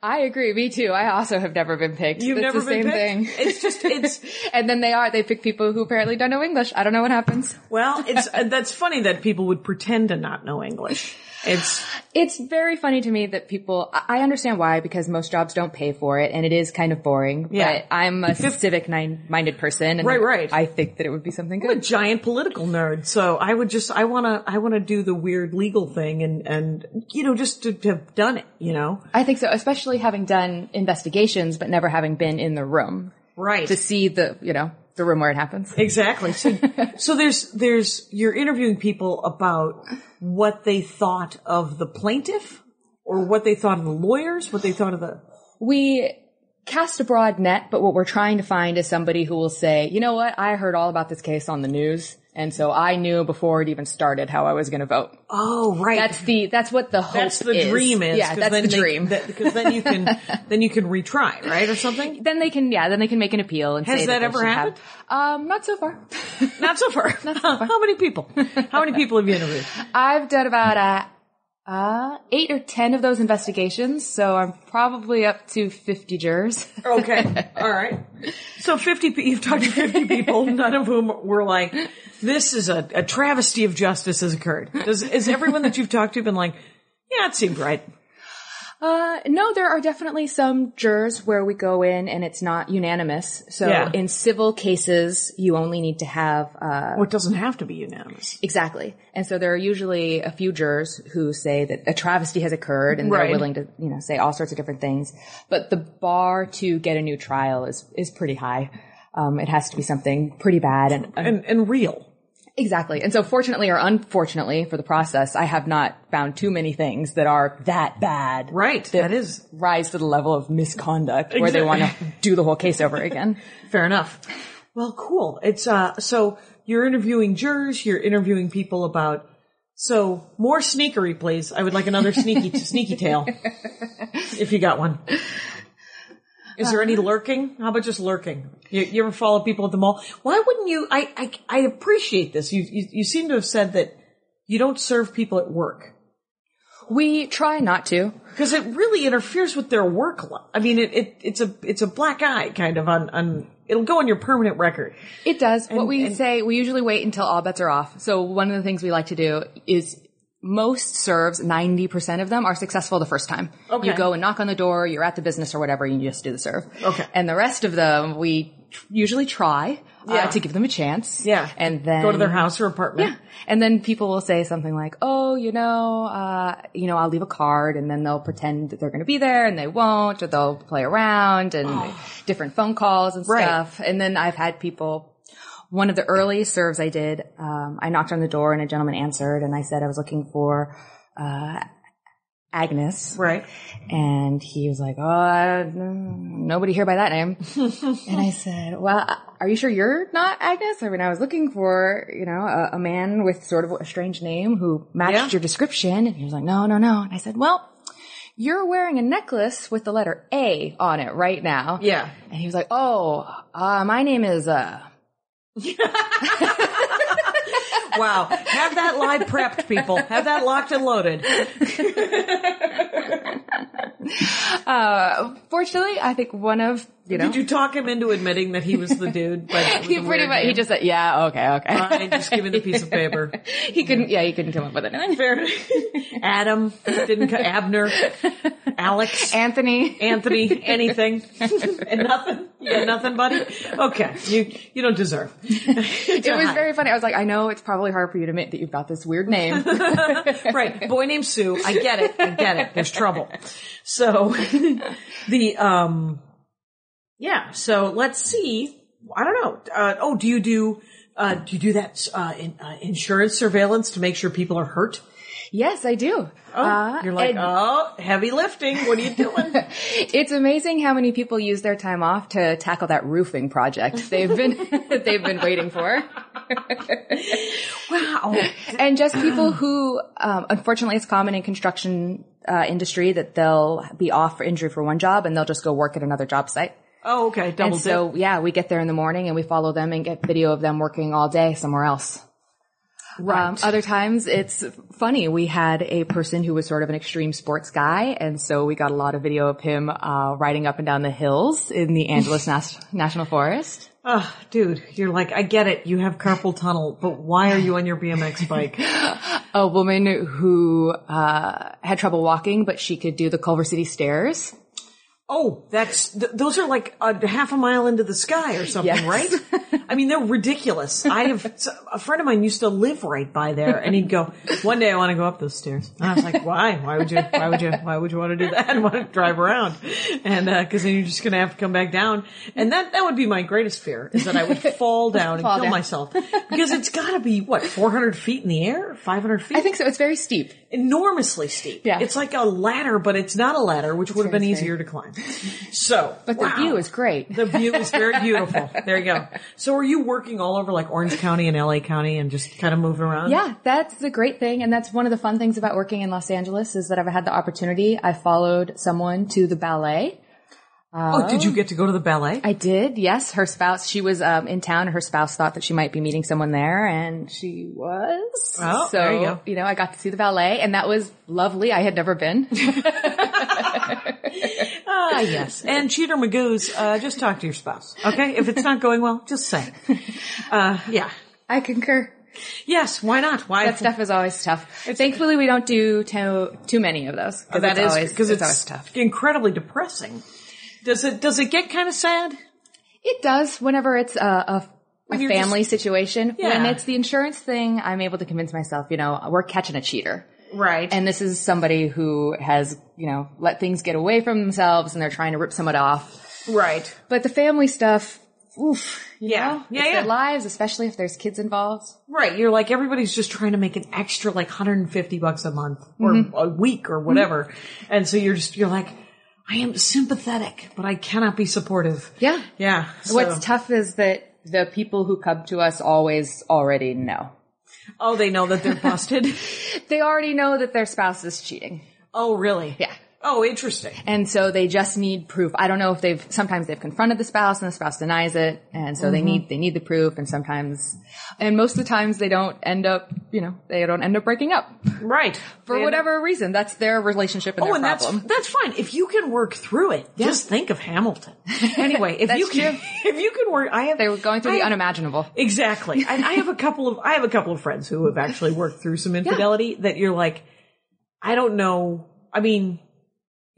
[SPEAKER 3] I agree. Me too. I also have never been picked.
[SPEAKER 2] You've
[SPEAKER 3] It's
[SPEAKER 2] never
[SPEAKER 3] the
[SPEAKER 2] been
[SPEAKER 3] same
[SPEAKER 2] picked?
[SPEAKER 3] thing.
[SPEAKER 2] It's just- it's-
[SPEAKER 3] and then they are. They pick people who apparently don't know English. I don't know what happens.
[SPEAKER 2] Well, it's, uh, that's funny that people would pretend to not know English. It's,
[SPEAKER 3] It's very funny to me that people. I I understand why because most jobs don't pay for it, and it is kind of boring.
[SPEAKER 2] Yeah.
[SPEAKER 3] But I'm a civic-minded person, and
[SPEAKER 2] Right, right.
[SPEAKER 3] I think that it would be something
[SPEAKER 2] I'm a
[SPEAKER 3] good.
[SPEAKER 2] giant political nerd, so I would just I wanna I wanna do the weird legal thing and and you know just to, to have done it, you know.
[SPEAKER 3] I think so, especially having done investigations but never having been in the room
[SPEAKER 2] Right.
[SPEAKER 3] to see the you know the room where it happens.
[SPEAKER 2] exactly.
[SPEAKER 3] [LAUGHS]
[SPEAKER 2] So so there's there's you're interviewing people about what they thought of the plaintiff or what they thought of the lawyers, what they thought of the
[SPEAKER 3] we cast a broad net, but what we're trying to find is somebody who will say, you know what, I heard all about this case on the news. And so I knew before it even started how I was going to vote.
[SPEAKER 2] Oh, right.
[SPEAKER 3] That's the that's what the hope
[SPEAKER 2] that's the
[SPEAKER 3] is.
[SPEAKER 2] dream is.
[SPEAKER 3] yeah
[SPEAKER 2] 'cause
[SPEAKER 3] that's
[SPEAKER 2] then
[SPEAKER 3] the
[SPEAKER 2] they-
[SPEAKER 3] dream.
[SPEAKER 2] that- Because then you
[SPEAKER 3] [LAUGHS]
[SPEAKER 2] can then you can retry, right, or something.
[SPEAKER 3] then they can yeah then they can make an appeal and
[SPEAKER 2] Has
[SPEAKER 3] say
[SPEAKER 2] that
[SPEAKER 3] they
[SPEAKER 2] ever
[SPEAKER 3] should have-
[SPEAKER 2] happened?
[SPEAKER 3] Um, not so far.
[SPEAKER 2] [LAUGHS] Not so far. [LAUGHS] How many people? How many people have you interviewed?
[SPEAKER 3] I've done about uh, uh eight or ten of those investigations, so I'm probably up to fifty jurors.
[SPEAKER 2] Oh. [LAUGHS] Okay. All right. So 50, pe- you've talked to 50 people, none of whom were like, this is a, a travesty of justice has occurred. Does, is everyone that you've talked to been like, yeah, it seemed right.
[SPEAKER 3] Uh, no, there are definitely some jurors where we go in and it's not unanimous. So
[SPEAKER 2] Yeah.
[SPEAKER 3] in civil cases, you only need to have, uh,
[SPEAKER 2] Well, it doesn't have to be unanimous.
[SPEAKER 3] exactly. And so there are usually a few jurors who say that a travesty has occurred and
[SPEAKER 2] Right.
[SPEAKER 3] they're willing to, you know, say all sorts of different things. But the bar to get a new trial is, is pretty high. Um, it has to be something pretty bad and,
[SPEAKER 2] And, and real.
[SPEAKER 3] Exactly. And so fortunately or unfortunately for the process, I have not found too many things that are that bad.
[SPEAKER 2] Right, that is-
[SPEAKER 3] rise to the level of misconduct where they want to do the whole case over again.
[SPEAKER 2] [LAUGHS] Fair enough. Well, cool. It's uh so you're interviewing jurors, you're interviewing people about so more sneakery, please. I would like another sneaky [LAUGHS] sneaky tale. If you got one. Is there any lurking? How about just lurking? You, you ever follow people at the mall? Why wouldn't you? I, I, I appreciate this. You, you, you seem to have said that you don't serve people at work
[SPEAKER 3] We try not to.
[SPEAKER 2] because it really interferes with their work. Li- I mean, it, it, it's a, it's a black eye kind of on, on, it'll go on your permanent record.
[SPEAKER 3] It does. what we
[SPEAKER 2] and-
[SPEAKER 3] say, we usually wait until all bets are off. So one of the things we like to do is most serves, 90% of them are successful the first time.
[SPEAKER 2] Okay.
[SPEAKER 3] You go and knock on the door, you're at the business or whatever, and you just do the serve.
[SPEAKER 2] Okay.
[SPEAKER 3] And the rest of them, we tr- usually try uh,
[SPEAKER 2] Yeah.
[SPEAKER 3] to give them a chance.
[SPEAKER 2] Yeah.
[SPEAKER 3] And then
[SPEAKER 2] go to their house or apartment.
[SPEAKER 3] Yeah. [LAUGHS] And then people will say something like, "Oh, you know, uh, you know, I'll leave a card," and then they'll pretend that they're going to be there, and they won't, or they'll play around and different phone calls and
[SPEAKER 2] Right.
[SPEAKER 3] stuff. And then I've had people. One of the early serves I did, um, I knocked on the door and a gentleman answered, and I said I was looking for uh, Agnes,
[SPEAKER 2] Right.
[SPEAKER 3] and he was like, "Oh, I- nobody here by that name." [LAUGHS] and I said, "Well, are you sure you're not Agnes? I mean, I was looking for you know a, a man with sort of a strange name who matched
[SPEAKER 2] Yeah.
[SPEAKER 3] your description." And he was like, "No, no, no." And I said, "Well." You're wearing a necklace with the letter A on it right now.
[SPEAKER 2] Yeah.
[SPEAKER 3] And he was like, Oh, uh, my name is, uh,
[SPEAKER 2] Wow. Have that lie prepped, people. Have that locked and loaded.
[SPEAKER 3] Uh, fortunately, I think one of, you know,
[SPEAKER 2] Did you talk him into admitting that he was the dude? But
[SPEAKER 3] [LAUGHS] he pretty much, he just said, yeah, okay, okay.
[SPEAKER 2] and just give him the piece of paper.
[SPEAKER 3] [LAUGHS] he couldn't, yeah, he couldn't come up [LAUGHS] with anything.
[SPEAKER 2] Fair. Adam didn't. Co- Abner, Alex,
[SPEAKER 3] Anthony.
[SPEAKER 2] Anthony,
[SPEAKER 3] [LAUGHS]
[SPEAKER 2] anything, and nothing. You got nothing, buddy. Okay, you you don't deserve.
[SPEAKER 3] It was very funny. I was like, I know it's probably hard for you to admit that you've got this weird
[SPEAKER 2] [LAUGHS]
[SPEAKER 3] name.
[SPEAKER 2] right. Boy named Sue. I get it. I get it. There's trouble. So [LAUGHS] the um yeah, so let's see. I don't know. Uh, oh, do you do uh, do you do that uh, in, uh, insurance surveillance to make sure people are hurt?
[SPEAKER 3] yes, I do. Uh,
[SPEAKER 2] Oh, you're like,
[SPEAKER 3] and-
[SPEAKER 2] oh, heavy lifting. What are you
[SPEAKER 3] [LAUGHS]
[SPEAKER 2] doing?
[SPEAKER 3] It's amazing how many people use their time off to tackle that roofing project they've been [LAUGHS] they've been waiting for.
[SPEAKER 2] wow.
[SPEAKER 3] and just people who, um, unfortunately, it's common in construction uh, industry that they'll be off for injury for one job and they'll just go work at another job site.
[SPEAKER 2] Oh, okay. Double
[SPEAKER 3] and so,
[SPEAKER 2] dip.
[SPEAKER 3] yeah, we get there in the morning and we follow them and get video of them working all day somewhere else. Um, other times it's funny. We had a person who was sort of an extreme sports guy, and so we got a lot of video of him uh, riding up and down the hills in the [LAUGHS] Angeles Nas- National Forest.
[SPEAKER 2] Ugh, dude, you're like, I get it. You have carpal tunnel, but why are you on your BMX bike?
[SPEAKER 3] A woman who uh, had trouble walking, but she could do the Culver City stairs.
[SPEAKER 2] Oh, that's th- those are like a half a mile into the sky or something,
[SPEAKER 3] Yes.
[SPEAKER 2] right? I mean, they're ridiculous. I have [LAUGHS] s- a friend of mine used to live right by there, and he'd go, "One day I want to go up those stairs." And I was like, "Why? Why would you? Why would you? Why would you want to do that and want to drive around?" And because then you're just going to have to come back down, and that that would be my greatest fear is that I
[SPEAKER 3] [LAUGHS]
[SPEAKER 2] would fall down and
[SPEAKER 3] Fall
[SPEAKER 2] kill
[SPEAKER 3] down.
[SPEAKER 2] myself because it's got to be what 400 feet in the air, 500 feet
[SPEAKER 3] I think so. It's very steep.
[SPEAKER 2] enormously steep.
[SPEAKER 3] Yeah.
[SPEAKER 2] It's like a ladder, but it's not a ladder, which would have been
[SPEAKER 3] very
[SPEAKER 2] easier to climb. So,
[SPEAKER 3] But the view is great.
[SPEAKER 2] the view is
[SPEAKER 3] [LAUGHS]
[SPEAKER 2] very beautiful. There you go. So, are you working all over like Orange County and LA County and just kind of moving around?
[SPEAKER 3] Yeah, that's the great thing, and that's one of the fun things about working in Los Angeles is that I've had the opportunity. I followed someone to the ballet.
[SPEAKER 2] Oh, did you get to go to the ballet?
[SPEAKER 3] I did, yes. Her spouse, she was um, in town. Her spouse thought that she might be meeting someone there, and she was.
[SPEAKER 2] Oh,
[SPEAKER 3] so
[SPEAKER 2] there you go.
[SPEAKER 3] know, I got to see the ballet, and that was lovely. I had never been.
[SPEAKER 2] [LAUGHS] Ah, yes. And Cheater Magoo's, uh, just talk to your spouse. Okay. If it's not going well, just say. Uh, yeah.
[SPEAKER 3] I concur.
[SPEAKER 2] Yes. Why not? Why?
[SPEAKER 3] That stuff is always tough. Thankfully, we don't do too, too many of those because
[SPEAKER 2] that is
[SPEAKER 3] always
[SPEAKER 2] because
[SPEAKER 3] it's
[SPEAKER 2] it's,
[SPEAKER 3] always tough.
[SPEAKER 2] incredibly depressing. Does it, does it get kind of sad?
[SPEAKER 3] It does whenever it's a, a, a
[SPEAKER 2] you're
[SPEAKER 3] family situation.
[SPEAKER 2] Yeah.
[SPEAKER 3] When it's the insurance thing, I'm able to convince myself, you know, we're catching a cheater.
[SPEAKER 2] Right.
[SPEAKER 3] And this is somebody who has, you know, let things get away from themselves and they're trying to rip someone off.
[SPEAKER 2] right.
[SPEAKER 3] But the family stuff, oof. you
[SPEAKER 2] Yeah.
[SPEAKER 3] know?
[SPEAKER 2] Yeah,
[SPEAKER 3] It's
[SPEAKER 2] yeah.
[SPEAKER 3] Their lives, especially if there's kids involved.
[SPEAKER 2] Right. You're like, everybody's just trying to make an extra like 150 bucks a month or
[SPEAKER 3] Mm-hmm.
[SPEAKER 2] a week or whatever. And so you're just, you're like, I am sympathetic, but I cannot be supportive.
[SPEAKER 3] Yeah.
[SPEAKER 2] Yeah. So,
[SPEAKER 3] What's tough is that the people who come to us always already know.
[SPEAKER 2] oh, they know that they're
[SPEAKER 3] [LAUGHS]
[SPEAKER 2] busted.
[SPEAKER 3] They already know that their spouse is cheating.
[SPEAKER 2] oh, really?
[SPEAKER 3] Yeah.
[SPEAKER 2] Oh, interesting.
[SPEAKER 3] And so they just need proof. I don't know if they've, sometimes they've confronted the spouse and the spouse denies it. And so they need, they need the proof. And sometimes, and most of the times they don't end up, you know, they don't end up breaking up
[SPEAKER 2] Right.
[SPEAKER 3] for
[SPEAKER 2] They-
[SPEAKER 3] whatever reason. That's their relationship and
[SPEAKER 2] Oh,
[SPEAKER 3] their
[SPEAKER 2] and that's,
[SPEAKER 3] problem.
[SPEAKER 2] that's fine. If you can work through it, just think of
[SPEAKER 3] [LAUGHS]
[SPEAKER 2] Hamilton. Anyway, if you
[SPEAKER 3] That's
[SPEAKER 2] can, [LAUGHS] if you can work, I have,
[SPEAKER 3] they were going through
[SPEAKER 2] I
[SPEAKER 3] the
[SPEAKER 2] have-
[SPEAKER 3] unimaginable.
[SPEAKER 2] [LAUGHS] Exactly. And I have a couple of I have a couple of friends who have actually worked through some infidelity that you're like, I don't know. I mean,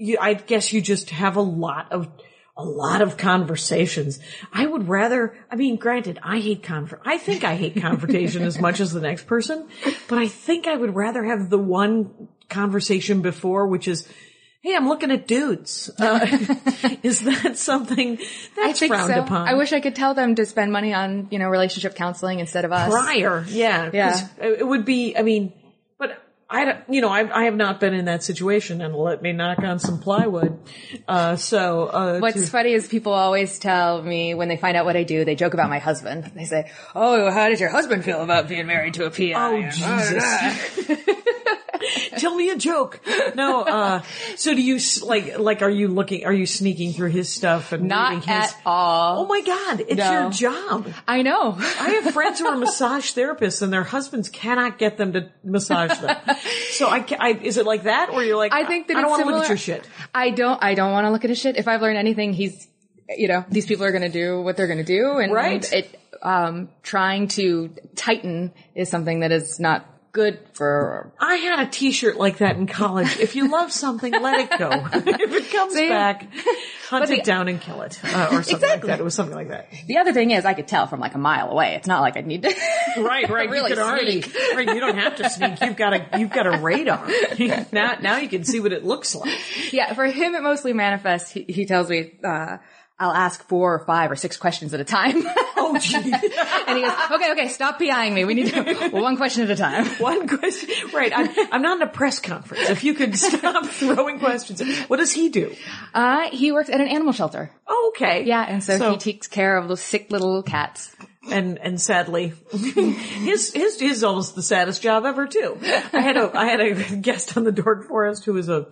[SPEAKER 2] you, I guess you just have a lot of a lot of conversations. I would rather. I mean, granted, I hate confront. I think I hate confrontation as much as the next person, but I think I would rather have the one conversation before, which is. Hey, I'm looking at dudes. Uh, [LAUGHS] is that something that's frowned upon?
[SPEAKER 3] I wish I could tell them to spend money on, you know, relationship counseling instead of us.
[SPEAKER 2] prior. Yeah.
[SPEAKER 3] Yeah.
[SPEAKER 2] 'cause It it would be, I mean, but I don't, you know, I, I have not been in that situation and let me knock on some plywood. Uh, so, uh,
[SPEAKER 3] What's funny is people always tell me when they find out what I do, they joke about my husband. They say, "Oh, how does your husband feel about being married to a PI?"
[SPEAKER 2] oh, Jesus. [LAUGHS] Tell me a joke. No, uh, so do you, s- like, like, are you looking, are you sneaking through his stuff and reading
[SPEAKER 3] Not
[SPEAKER 2] his?
[SPEAKER 3] at all.
[SPEAKER 2] Oh my God. It's
[SPEAKER 3] No.
[SPEAKER 2] your job.
[SPEAKER 3] I know.
[SPEAKER 2] I have friends who are massage therapists and their husbands cannot get them to massage them. [LAUGHS] So I, ca- I is it like that or you're like,
[SPEAKER 3] [LAUGHS] I think that
[SPEAKER 2] I don't
[SPEAKER 3] it's
[SPEAKER 2] want to look at
[SPEAKER 3] similar-
[SPEAKER 2] your shit.
[SPEAKER 3] I don't. I don't want to look at his shit. If I've learned anything, he's, you know, these people are going to do what they're going to do, and
[SPEAKER 2] Right.
[SPEAKER 3] It, um, trying to tighten is something that is not good for.
[SPEAKER 2] I had a T-shirt like that in college. If you love something, let it go. [LAUGHS] if it comes
[SPEAKER 3] See?
[SPEAKER 2] back, hunt
[SPEAKER 3] But
[SPEAKER 2] it
[SPEAKER 3] the-
[SPEAKER 2] down and kill it, uh, or something like
[SPEAKER 3] Exactly.
[SPEAKER 2] that. It was something like that.
[SPEAKER 3] The other thing is, I could tell from like a mile away. It's not like I need to. [LAUGHS]
[SPEAKER 2] Right, right.
[SPEAKER 3] Really
[SPEAKER 2] you could already.
[SPEAKER 3] sneak.
[SPEAKER 2] [LAUGHS] Right, you don't have to sneak. You've got a you've got a radar. [LAUGHS] now now you can see what it looks like.
[SPEAKER 3] yeah, for him, it mostly manifests. He, he tells me, uh, I'll ask four or five or six questions at a time.
[SPEAKER 2] Oh, gee.
[SPEAKER 3] [LAUGHS] and he goes, okay, okay, stop PIing me. We need to
[SPEAKER 2] [LAUGHS]
[SPEAKER 3] do one question at a time.
[SPEAKER 2] One question. Right. I'm, I'm not in a press conference. If you could stop [LAUGHS] throwing questions. What does he do?
[SPEAKER 3] Uh, he works at an animal shelter.
[SPEAKER 2] Oh, okay.
[SPEAKER 3] Yeah, and so, he takes care of those sick little cats.
[SPEAKER 2] and and sadly, [LAUGHS] his his his almost the saddest job ever too. I had a I had a [LAUGHS] guest on the Dork Forest who was a.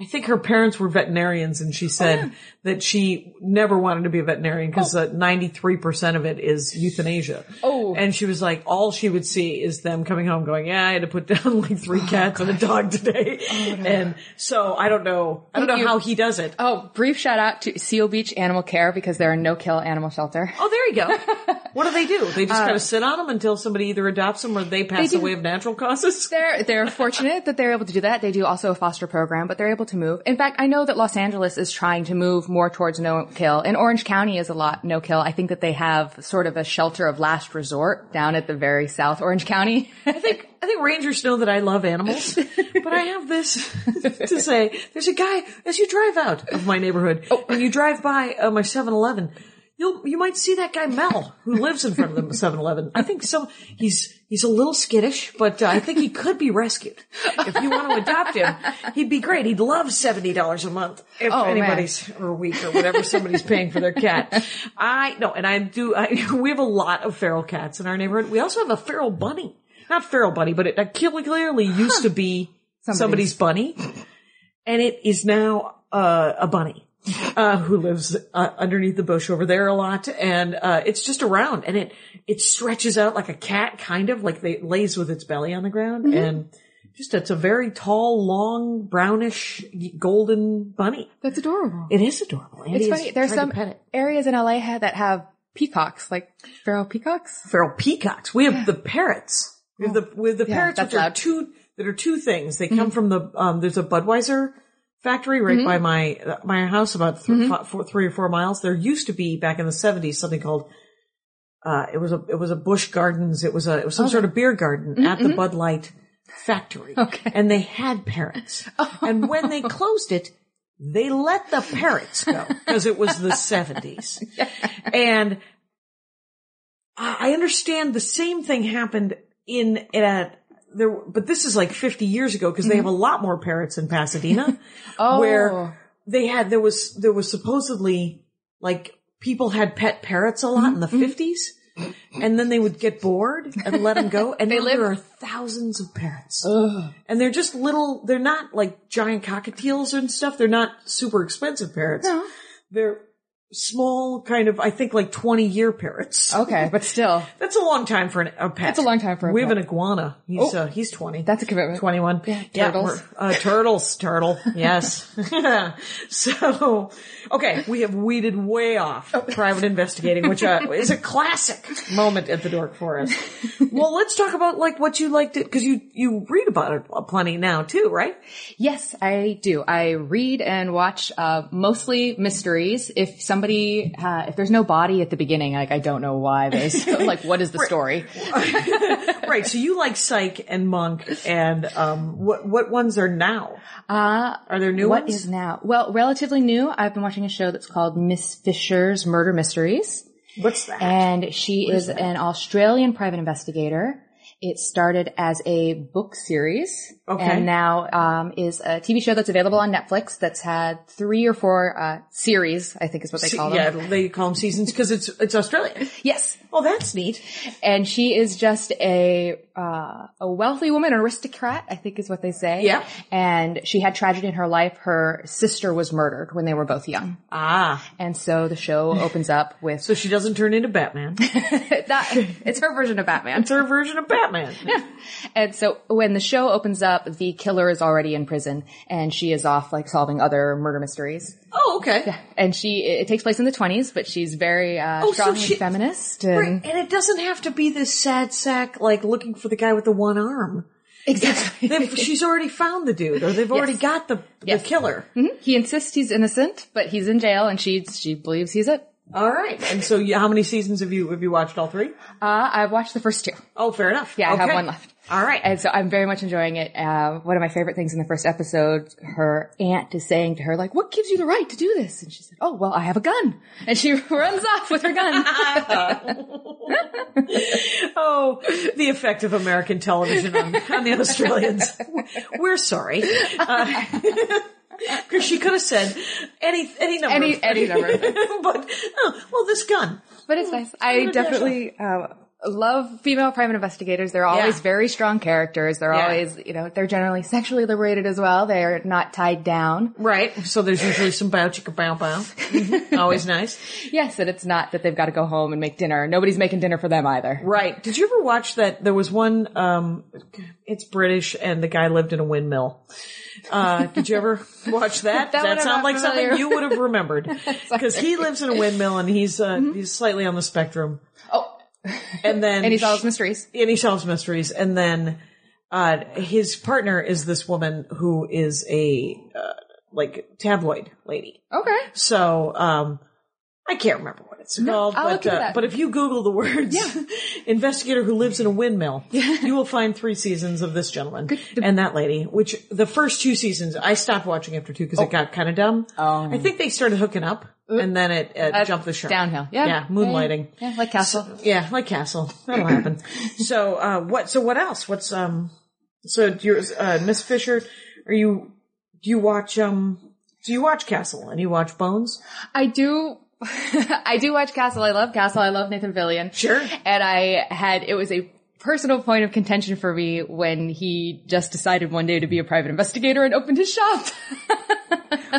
[SPEAKER 2] I think her parents were veterinarians, and
[SPEAKER 3] Oh,
[SPEAKER 2] she said that she never wanted to be a veterinarian because ninety-three percent of it is euthanasia.
[SPEAKER 3] Oh.
[SPEAKER 2] and she was like, all she would see is them coming home, going, "Yeah, I had to put down [LAUGHS] like
[SPEAKER 3] Oh,
[SPEAKER 2] three cats and a dog today," and so I don't know, I don't
[SPEAKER 3] Thank
[SPEAKER 2] know
[SPEAKER 3] you.
[SPEAKER 2] how he does it.
[SPEAKER 3] Oh, brief shout out to Seal Beach Animal Care because they're a no-kill animal shelter.
[SPEAKER 2] Oh, there you go. [LAUGHS] what do they do? They just kind of sit on them until somebody either adopts them or they pass
[SPEAKER 3] do-
[SPEAKER 2] away of natural causes.
[SPEAKER 3] They're they're fortunate that they're able to do that. They do also a foster program, but they're able to move. In fact, I know that Los Angeles is trying to move more towards no kill, and Orange County is a lot no kill. I think that they have sort of a shelter of last resort down at the very south Orange County. [LAUGHS]
[SPEAKER 2] I think [LAUGHS] I think rangers know that I love [LAUGHS] animals, but I have this [LAUGHS] to say: there's a guy as you drive out of my neighborhood
[SPEAKER 3] Oh.
[SPEAKER 2] and you drive by uh, my 7-Eleven, you'll you might see that guy Mel who lives in front of
[SPEAKER 3] [LAUGHS]
[SPEAKER 2] the 7-Eleven. I think some he's he's a little skittish, but uh, I think he could be rescued if you want to adopt him. He'd be great. He'd love seventy dollars a month if
[SPEAKER 3] Oh, man.
[SPEAKER 2] anybody's or a week or whatever somebody's paying for their cat. I no, and I do. I, [LAUGHS] we have a lot of feral cats in our neighborhood. We also have a feral bunny, not feral bunny, but it uh, clearly used to be somebody's,
[SPEAKER 3] Somebody's.
[SPEAKER 2] bunny, and it is now uh, a bunny. Uh, who lives uh, underneath the bush over there a lot and uh it's just around and it it stretches out like a cat kind of like they lays with its belly on the ground and just it's a very tall long brownish golden bunny
[SPEAKER 3] That's adorable.
[SPEAKER 2] it is adorable. Andy
[SPEAKER 3] It's
[SPEAKER 2] has
[SPEAKER 3] funny. There's
[SPEAKER 2] tried to
[SPEAKER 3] some
[SPEAKER 2] pet it.
[SPEAKER 3] areas in LA ha- that have peacocks, like feral peacocks.
[SPEAKER 2] feral peacocks. We have the parrots. We have the with the parrots,
[SPEAKER 3] that's
[SPEAKER 2] which are
[SPEAKER 3] loud. Mm-hmm.
[SPEAKER 2] two that are two things. They come from the um. There's a Budweiser factory right by my uh,
[SPEAKER 3] Mm-hmm.
[SPEAKER 2] my house, about th- fi- four, three or four miles. There used to be back in the seventies something called. Uh, it was a it was a Bush Gardens. It was a it was some sort of beer garden at
[SPEAKER 3] Mm-hmm.
[SPEAKER 2] the Bud Light factory.
[SPEAKER 3] Okay. Oh.
[SPEAKER 2] and they had
[SPEAKER 3] [LAUGHS]
[SPEAKER 2] parrots. And when they closed it,
[SPEAKER 3] [LAUGHS]
[SPEAKER 2] they let the parrots go because it was the 70s. And I I understand the same thing happened in at there, but this is like 50 years ago because they have a lot more parrots in Pasadena.
[SPEAKER 3] Mm-hmm. [LAUGHS] Oh.
[SPEAKER 2] where they had there was there was supposedly like people had pet parrots a lot in the 50s, and then they would get bored and let them go, and now
[SPEAKER 3] live-
[SPEAKER 2] there are thousands of parrots, and they're just little. They're not like giant cockatiels and stuff. They're not super expensive parrots. They're small, kind of. I think like 20 year parrots.
[SPEAKER 3] Okay, but still,
[SPEAKER 2] That's a long time for an, a pet.
[SPEAKER 3] That's a long time for a
[SPEAKER 2] We have
[SPEAKER 3] pet. Oh,
[SPEAKER 2] an iguana. He's uh, he's twenty.
[SPEAKER 3] that's a commitment.
[SPEAKER 2] 21. Yeah,
[SPEAKER 3] turtles.
[SPEAKER 2] we're- uh, turtles, turtle. Yes. [LAUGHS] so, okay, we have weeded way off
[SPEAKER 3] Oh.
[SPEAKER 2] private investigating, which
[SPEAKER 3] [LAUGHS]
[SPEAKER 2] uh, is a classic moment at the Dork Forest. well, let's talk about like what you liked it because you you read about it plenty now too, right?
[SPEAKER 3] [LAUGHS] Yes, I do. I read and watch uh, mostly mysteries. If somebody, uh, if there's no body at the beginning, like I don't know why [LAUGHS] there's like what is the story?
[SPEAKER 2] right. So you like Psych and Monk and um what what ones are now?
[SPEAKER 3] Uh,
[SPEAKER 2] Are there new
[SPEAKER 3] what
[SPEAKER 2] ones?
[SPEAKER 3] is now? Well, relatively new. I've been watching a show that's called Miss Fisher's Murder Mysteries.
[SPEAKER 2] What's that?
[SPEAKER 3] And she is an Australian private investigator. It started as a book series
[SPEAKER 2] Okay.
[SPEAKER 3] and now um, is a TV show that's available on Netflix that's had three or four uh, series, I think is what they call
[SPEAKER 2] yeah,
[SPEAKER 3] them.
[SPEAKER 2] they call them seasons because it's it's Australian.
[SPEAKER 3] Yes.
[SPEAKER 2] Oh, that's neat.
[SPEAKER 3] And she is just a uh, a wealthy woman, an aristocrat, I think is what they say.
[SPEAKER 2] Yeah.
[SPEAKER 3] And she had tragedy in her life. Her sister was murdered when they were both young.
[SPEAKER 2] Ah,
[SPEAKER 3] And so the show [LAUGHS] opens up with
[SPEAKER 2] so she doesn't turn into Batman.
[SPEAKER 3] that it's her version of Batman.
[SPEAKER 2] It's her version of Batman.
[SPEAKER 3] And so when the show opens up, the killer is already in prison and she is off like solving other murder mysteries.
[SPEAKER 2] [LAUGHS] Oh, okay.
[SPEAKER 3] And she, it takes place in the 20s, but she's very uh,
[SPEAKER 2] Oh, so
[SPEAKER 3] strongly
[SPEAKER 2] she-
[SPEAKER 3] feminist.
[SPEAKER 2] Right,
[SPEAKER 3] And,
[SPEAKER 2] And it doesn't have to be this sad sack like looking for the guy with the one arm. [LAUGHS]
[SPEAKER 3] Exactly.
[SPEAKER 2] They've, she's already found the dude, or they've already got the,
[SPEAKER 3] Yes.
[SPEAKER 2] the killer.
[SPEAKER 3] [LAUGHS] He insists he's innocent, but he's in jail and she, she believes he's it.
[SPEAKER 2] All right. And so, you, how many seasons have you have you watched? All three?
[SPEAKER 3] Uh, I've watched the first two.
[SPEAKER 2] Oh, fair enough.
[SPEAKER 3] Yeah, I have
[SPEAKER 2] Okay.
[SPEAKER 3] one left.
[SPEAKER 2] All right.
[SPEAKER 3] And so I'm very much enjoying it. Uh, one of my favorite things in the first episode, her aunt is saying to her, like, what gives you the right to do this? And she said, oh, well, I have a gun. And she [LAUGHS] runs off with
[SPEAKER 2] [LAUGHS]
[SPEAKER 3] her gun.
[SPEAKER 2] oh, the effect of American television on, on the Australians. We're sorry. [LAUGHS] Because she could have said any any number,
[SPEAKER 3] Any-
[SPEAKER 2] of-
[SPEAKER 3] any number
[SPEAKER 2] [LAUGHS]
[SPEAKER 3] of
[SPEAKER 2] but oh, well, this gun.
[SPEAKER 3] But it's nice. I
[SPEAKER 2] International.
[SPEAKER 3] definitely uh, love female private investigators. They're always
[SPEAKER 2] Yeah.
[SPEAKER 3] very strong characters. They're
[SPEAKER 2] Yeah.
[SPEAKER 3] always, you know, they're generally sexually liberated as well. They're not tied down.
[SPEAKER 2] Right. So there's usually some bow chicka bow bow. Mhm. Always nice.
[SPEAKER 3] Yes, and it's not that they've got to go home and make dinner. Nobody's making dinner for them either.
[SPEAKER 2] Right. Did you ever watch that? There was one, um, it's British and the guy lived in a windmill. Uh, did you ever watch that?
[SPEAKER 3] [LAUGHS]
[SPEAKER 2] Does
[SPEAKER 3] That one
[SPEAKER 2] that
[SPEAKER 3] I'm
[SPEAKER 2] sound
[SPEAKER 3] not
[SPEAKER 2] like
[SPEAKER 3] familiar
[SPEAKER 2] something you would have
[SPEAKER 3] [LAUGHS]
[SPEAKER 2] remembered? Because he lives in a windmill and he's, uh,
[SPEAKER 3] Mm-hmm.
[SPEAKER 2] he's slightly on the spectrum.
[SPEAKER 3] Oh,
[SPEAKER 2] And then,
[SPEAKER 3] and he solves mysteries.
[SPEAKER 2] and he solves mysteries. And then, uh, his partner is this woman who is a, uh, like tabloid lady.
[SPEAKER 3] Okay.
[SPEAKER 2] So, um, I can't remember what it's called,
[SPEAKER 3] I'll
[SPEAKER 2] but
[SPEAKER 3] look into
[SPEAKER 2] uh,
[SPEAKER 3] that.
[SPEAKER 2] but if you Google the words [LAUGHS] "investigator who lives in a
[SPEAKER 3] [LAUGHS]
[SPEAKER 2] windmill," you will find three seasons of this gentleman and that lady. Which the first two seasons, I stopped watching after two
[SPEAKER 3] Oh.
[SPEAKER 2] because it got kind of dumb. I think they started hooking up, and then it, it jumped the shark
[SPEAKER 3] Downhill. Yeah.
[SPEAKER 2] yeah, moonlighting.
[SPEAKER 3] Yeah, like Castle.
[SPEAKER 2] Yeah, like Castle. That'll happen. so uh what so what else? What's um so do you uh Miss Fisher, are you do you watch um do you watch Castle and you watch Bones?
[SPEAKER 3] I do. [LAUGHS] I do watch Castle. I love Castle. I love Nathan Fillion.
[SPEAKER 2] Sure.
[SPEAKER 3] And I had it was a personal point of contention for me when he just decided one day to be a private investigator and opened his shop.
[SPEAKER 2] [LAUGHS]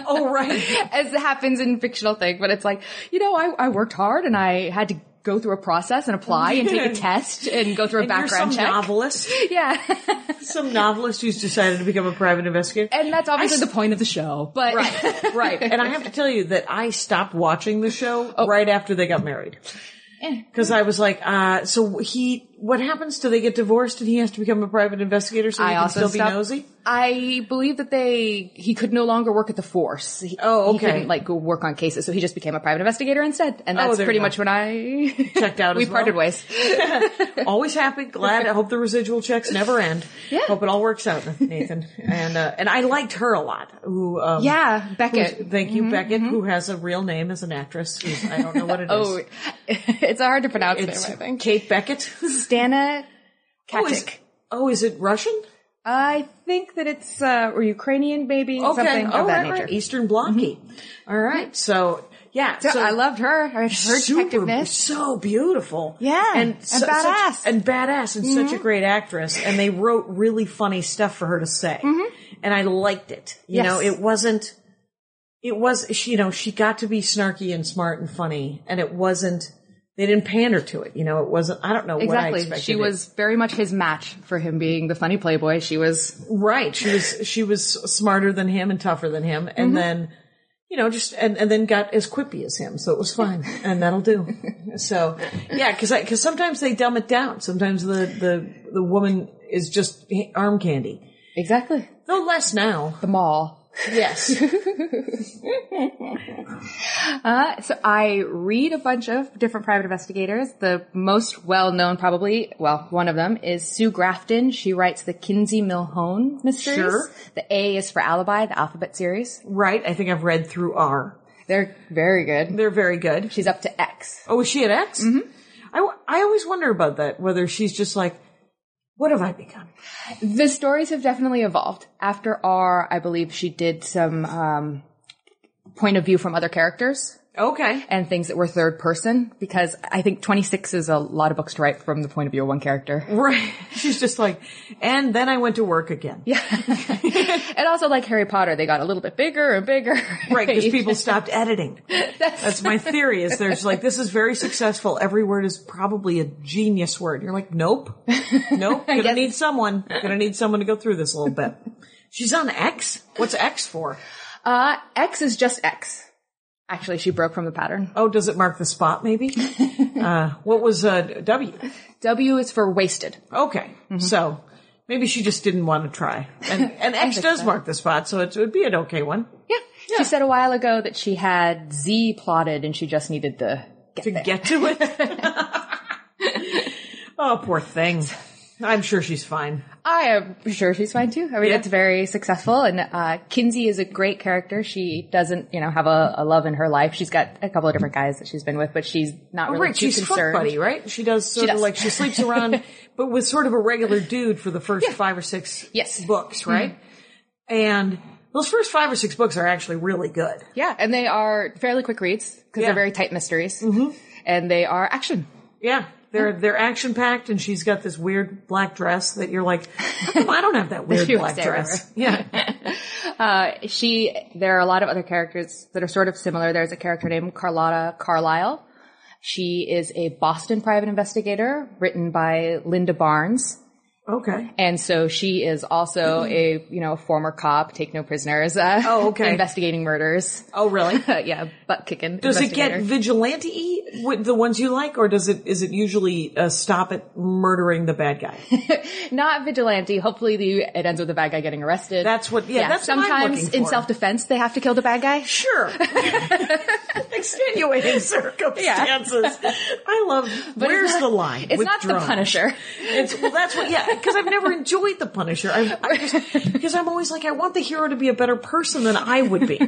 [SPEAKER 2] Oh right.
[SPEAKER 3] [LAUGHS] As happens in fictional thing, but it's like, you know, I, I worked hard and I had to go through a process and apply
[SPEAKER 2] [LAUGHS]
[SPEAKER 3] and take a test and go through a
[SPEAKER 2] You're some
[SPEAKER 3] background check.
[SPEAKER 2] novelist. [LAUGHS]
[SPEAKER 3] Yeah.
[SPEAKER 2] Some novelist who's decided to become a private investigator.
[SPEAKER 3] and that's obviously the point of the show. But
[SPEAKER 2] Right,
[SPEAKER 3] [LAUGHS]
[SPEAKER 2] right. And I have to tell you that I stopped watching the show
[SPEAKER 3] Oh.
[SPEAKER 2] right after they got married. Because I was like, uh, so he, what happens? Do they get divorced and he has to become a private investigator so he
[SPEAKER 3] I
[SPEAKER 2] can
[SPEAKER 3] also
[SPEAKER 2] still be
[SPEAKER 3] stopped-
[SPEAKER 2] nosy?
[SPEAKER 3] I believe that they he could no longer work at the force. He,
[SPEAKER 2] Oh,
[SPEAKER 3] He
[SPEAKER 2] okay. Oh,
[SPEAKER 3] couldn't like go work on cases, so he just became a private investigator instead. And that's
[SPEAKER 2] there you
[SPEAKER 3] pretty
[SPEAKER 2] go.
[SPEAKER 3] much when I
[SPEAKER 2] [LAUGHS] Checked out
[SPEAKER 3] [LAUGHS] we
[SPEAKER 2] as well. [LAUGHS]
[SPEAKER 3] parted ways.
[SPEAKER 2] Always happy, glad. I hope the residual checks never end. Yeah. Hope it all works out, Nathan. and uh, and I liked her a lot. Who? Um,
[SPEAKER 3] Yeah,
[SPEAKER 2] who's-
[SPEAKER 3] Beckett. Mm-hmm.
[SPEAKER 2] Thank you, Beckett, who has a real name as an actress. Who's, I don't know
[SPEAKER 3] [LAUGHS]
[SPEAKER 2] what it is.
[SPEAKER 3] [LAUGHS] Oh, it's hard to pronounce
[SPEAKER 2] it's
[SPEAKER 3] name. I think
[SPEAKER 2] Kate Beckett. [LAUGHS]
[SPEAKER 3] Stana
[SPEAKER 2] Oh, is,
[SPEAKER 3] Katic.
[SPEAKER 2] oh, is it Russian?
[SPEAKER 3] I think that it's uh, or Ukrainian, maybe
[SPEAKER 2] Okay.
[SPEAKER 3] something
[SPEAKER 2] oh,
[SPEAKER 3] of that
[SPEAKER 2] right,
[SPEAKER 3] nature. Mm-hmm.
[SPEAKER 2] right. Eastern Blocky. right. So yeah.
[SPEAKER 3] So, I loved her. I- Her
[SPEAKER 2] super,
[SPEAKER 3] detectiveness.
[SPEAKER 2] so beautiful.
[SPEAKER 3] Yeah,
[SPEAKER 2] and,
[SPEAKER 3] and
[SPEAKER 2] su- such-
[SPEAKER 3] badass. Mm-hmm.
[SPEAKER 2] and badass, and such a great actress. And they wrote really funny stuff for her to say, and I liked it. You
[SPEAKER 3] Mm-hmm. Yes.
[SPEAKER 2] know, it wasn't. It was she. You know, she got to be snarky and smart and funny, and it wasn't. They didn't pander to it. You know, it wasn't. I don't know what I
[SPEAKER 3] Exactly.
[SPEAKER 2] expected
[SPEAKER 3] She
[SPEAKER 2] it-
[SPEAKER 3] was very much his match for him being the funny playboy. She was
[SPEAKER 2] Right. She was she was smarter than him and tougher than him, and then you know just and, and then got as quippy as him, so it was fine, and that'll [LAUGHS] do. So yeah, because because sometimes they dumb it down. Sometimes the the the woman is just h- arm candy.
[SPEAKER 3] exactly
[SPEAKER 2] No less now.
[SPEAKER 3] the mall.
[SPEAKER 2] Yes.
[SPEAKER 3] [LAUGHS] Uh, so I read a bunch of different private investigators. The most well known, probably, well, one of them is Sue Grafton. She writes the Kinsey Milhone mysteries.
[SPEAKER 2] Sure.
[SPEAKER 3] The A is for Alibi, the alphabet series.
[SPEAKER 2] right. I think I've read through R.
[SPEAKER 3] They're very good.
[SPEAKER 2] They're very good.
[SPEAKER 3] She's up to X.
[SPEAKER 2] Oh, is she at X? Mm-hmm. I w- I always wonder about that. Whether she's just like, what have I become?
[SPEAKER 3] The stories have definitely evolved. After R, I believe she did some um, point of view from other characters.
[SPEAKER 2] Okay.
[SPEAKER 3] and things that were third person because I think 26 is a lot of books to write from the point of view of one character.
[SPEAKER 2] Right. She's just like, and then I went to work again. [LAUGHS] Yeah.
[SPEAKER 3] [LAUGHS] And also like Harry Potter, they got a little bit bigger and bigger.
[SPEAKER 2] Right, because people stopped editing.
[SPEAKER 3] [LAUGHS] That's,
[SPEAKER 2] That's my theory. Is there's like this is very successful. Every word is probably a genius word. You're like, nope,
[SPEAKER 3] [LAUGHS]
[SPEAKER 2] nope. Gonna need someone. Gonna need someone to go through this a little bit. She's on X. What's X for?
[SPEAKER 3] uh, X is just X. Actually, she broke from the pattern.
[SPEAKER 2] Oh, does it mark the spot?
[SPEAKER 3] [LAUGHS]
[SPEAKER 2] Maybe. Uh, what was uh, W?
[SPEAKER 3] W is for wasted.
[SPEAKER 2] Okay,
[SPEAKER 3] Mm-hmm.
[SPEAKER 2] so maybe she just didn't want to try.
[SPEAKER 3] [LAUGHS]
[SPEAKER 2] And, and X does mark the spot, so it would be an okay one
[SPEAKER 3] Yeah. She said a while ago that she had Z plotted and she just needed the get
[SPEAKER 2] to
[SPEAKER 3] there.
[SPEAKER 2] get to
[SPEAKER 3] [LAUGHS]
[SPEAKER 2] it. [LAUGHS] oh, poor
[SPEAKER 3] [LAUGHS]
[SPEAKER 2] thing. I'm sure she's fine.
[SPEAKER 3] I am sure she's fine too. I mean, it's very successful and, uh, Kinsey is a great character. She doesn't, you know, have a, a love in her life. She's got a couple of different guys that she's been with, but she's not really
[SPEAKER 2] Oh, right,
[SPEAKER 3] too
[SPEAKER 2] she's
[SPEAKER 3] concerned.
[SPEAKER 2] fuck buddy, right? She does sort
[SPEAKER 3] She
[SPEAKER 2] of
[SPEAKER 3] does.
[SPEAKER 2] like she sleeps
[SPEAKER 3] [LAUGHS]
[SPEAKER 2] around, but with sort of a regular dude for the first five or six
[SPEAKER 3] Yes. Mm-hmm.
[SPEAKER 2] books, right? And those first five or six books are actually really good.
[SPEAKER 3] Yeah, and they are fairly quick reads because
[SPEAKER 2] Yeah.
[SPEAKER 3] they're very tight mysteries, mm-hmm. and they are action.
[SPEAKER 2] Yeah, they're they're action packed, and she's got this weird black dress that you're like, "How come I don't have
[SPEAKER 3] [LAUGHS]
[SPEAKER 2] that weird
[SPEAKER 3] She was
[SPEAKER 2] black
[SPEAKER 3] there,
[SPEAKER 2] dress. Yeah,
[SPEAKER 3] [LAUGHS] Uh, she, there are a lot of other characters that are sort of similar. There's a character named Carlotta Carlisle. She is a Boston private investigator written by Linda Barnes.
[SPEAKER 2] okay.
[SPEAKER 3] And so she is also a, you know, a former cop, take no prisoners, uh,
[SPEAKER 2] Mm-hmm. Oh, okay.
[SPEAKER 3] [LAUGHS] investigating
[SPEAKER 2] [LAUGHS]
[SPEAKER 3] murders.
[SPEAKER 2] Oh,
[SPEAKER 3] [LAUGHS]
[SPEAKER 2] really?
[SPEAKER 3] yeah, butt kicking.
[SPEAKER 2] Does it get vigilante with the ones you like, or does it is it usually uh, stop at murdering the bad guy?
[SPEAKER 3] not vigilante? Hopefully, the it ends with the bad guy getting arrested.
[SPEAKER 2] That's what. Yeah,
[SPEAKER 3] yeah,
[SPEAKER 2] that's what I'm
[SPEAKER 3] sometimes
[SPEAKER 2] looking
[SPEAKER 3] in
[SPEAKER 2] for.
[SPEAKER 3] self defense they have to kill the bad guy.
[SPEAKER 2] Sure. Extenuating circumstances. I love. [LAUGHS] where's the line?
[SPEAKER 3] It's
[SPEAKER 2] with
[SPEAKER 3] not
[SPEAKER 2] drone? [LAUGHS]
[SPEAKER 3] the Punisher.
[SPEAKER 2] It's well, that's what. Yeah, because I've never enjoyed the Punisher. I, I just because I'm always like, I want the hero to be a better person than I would be.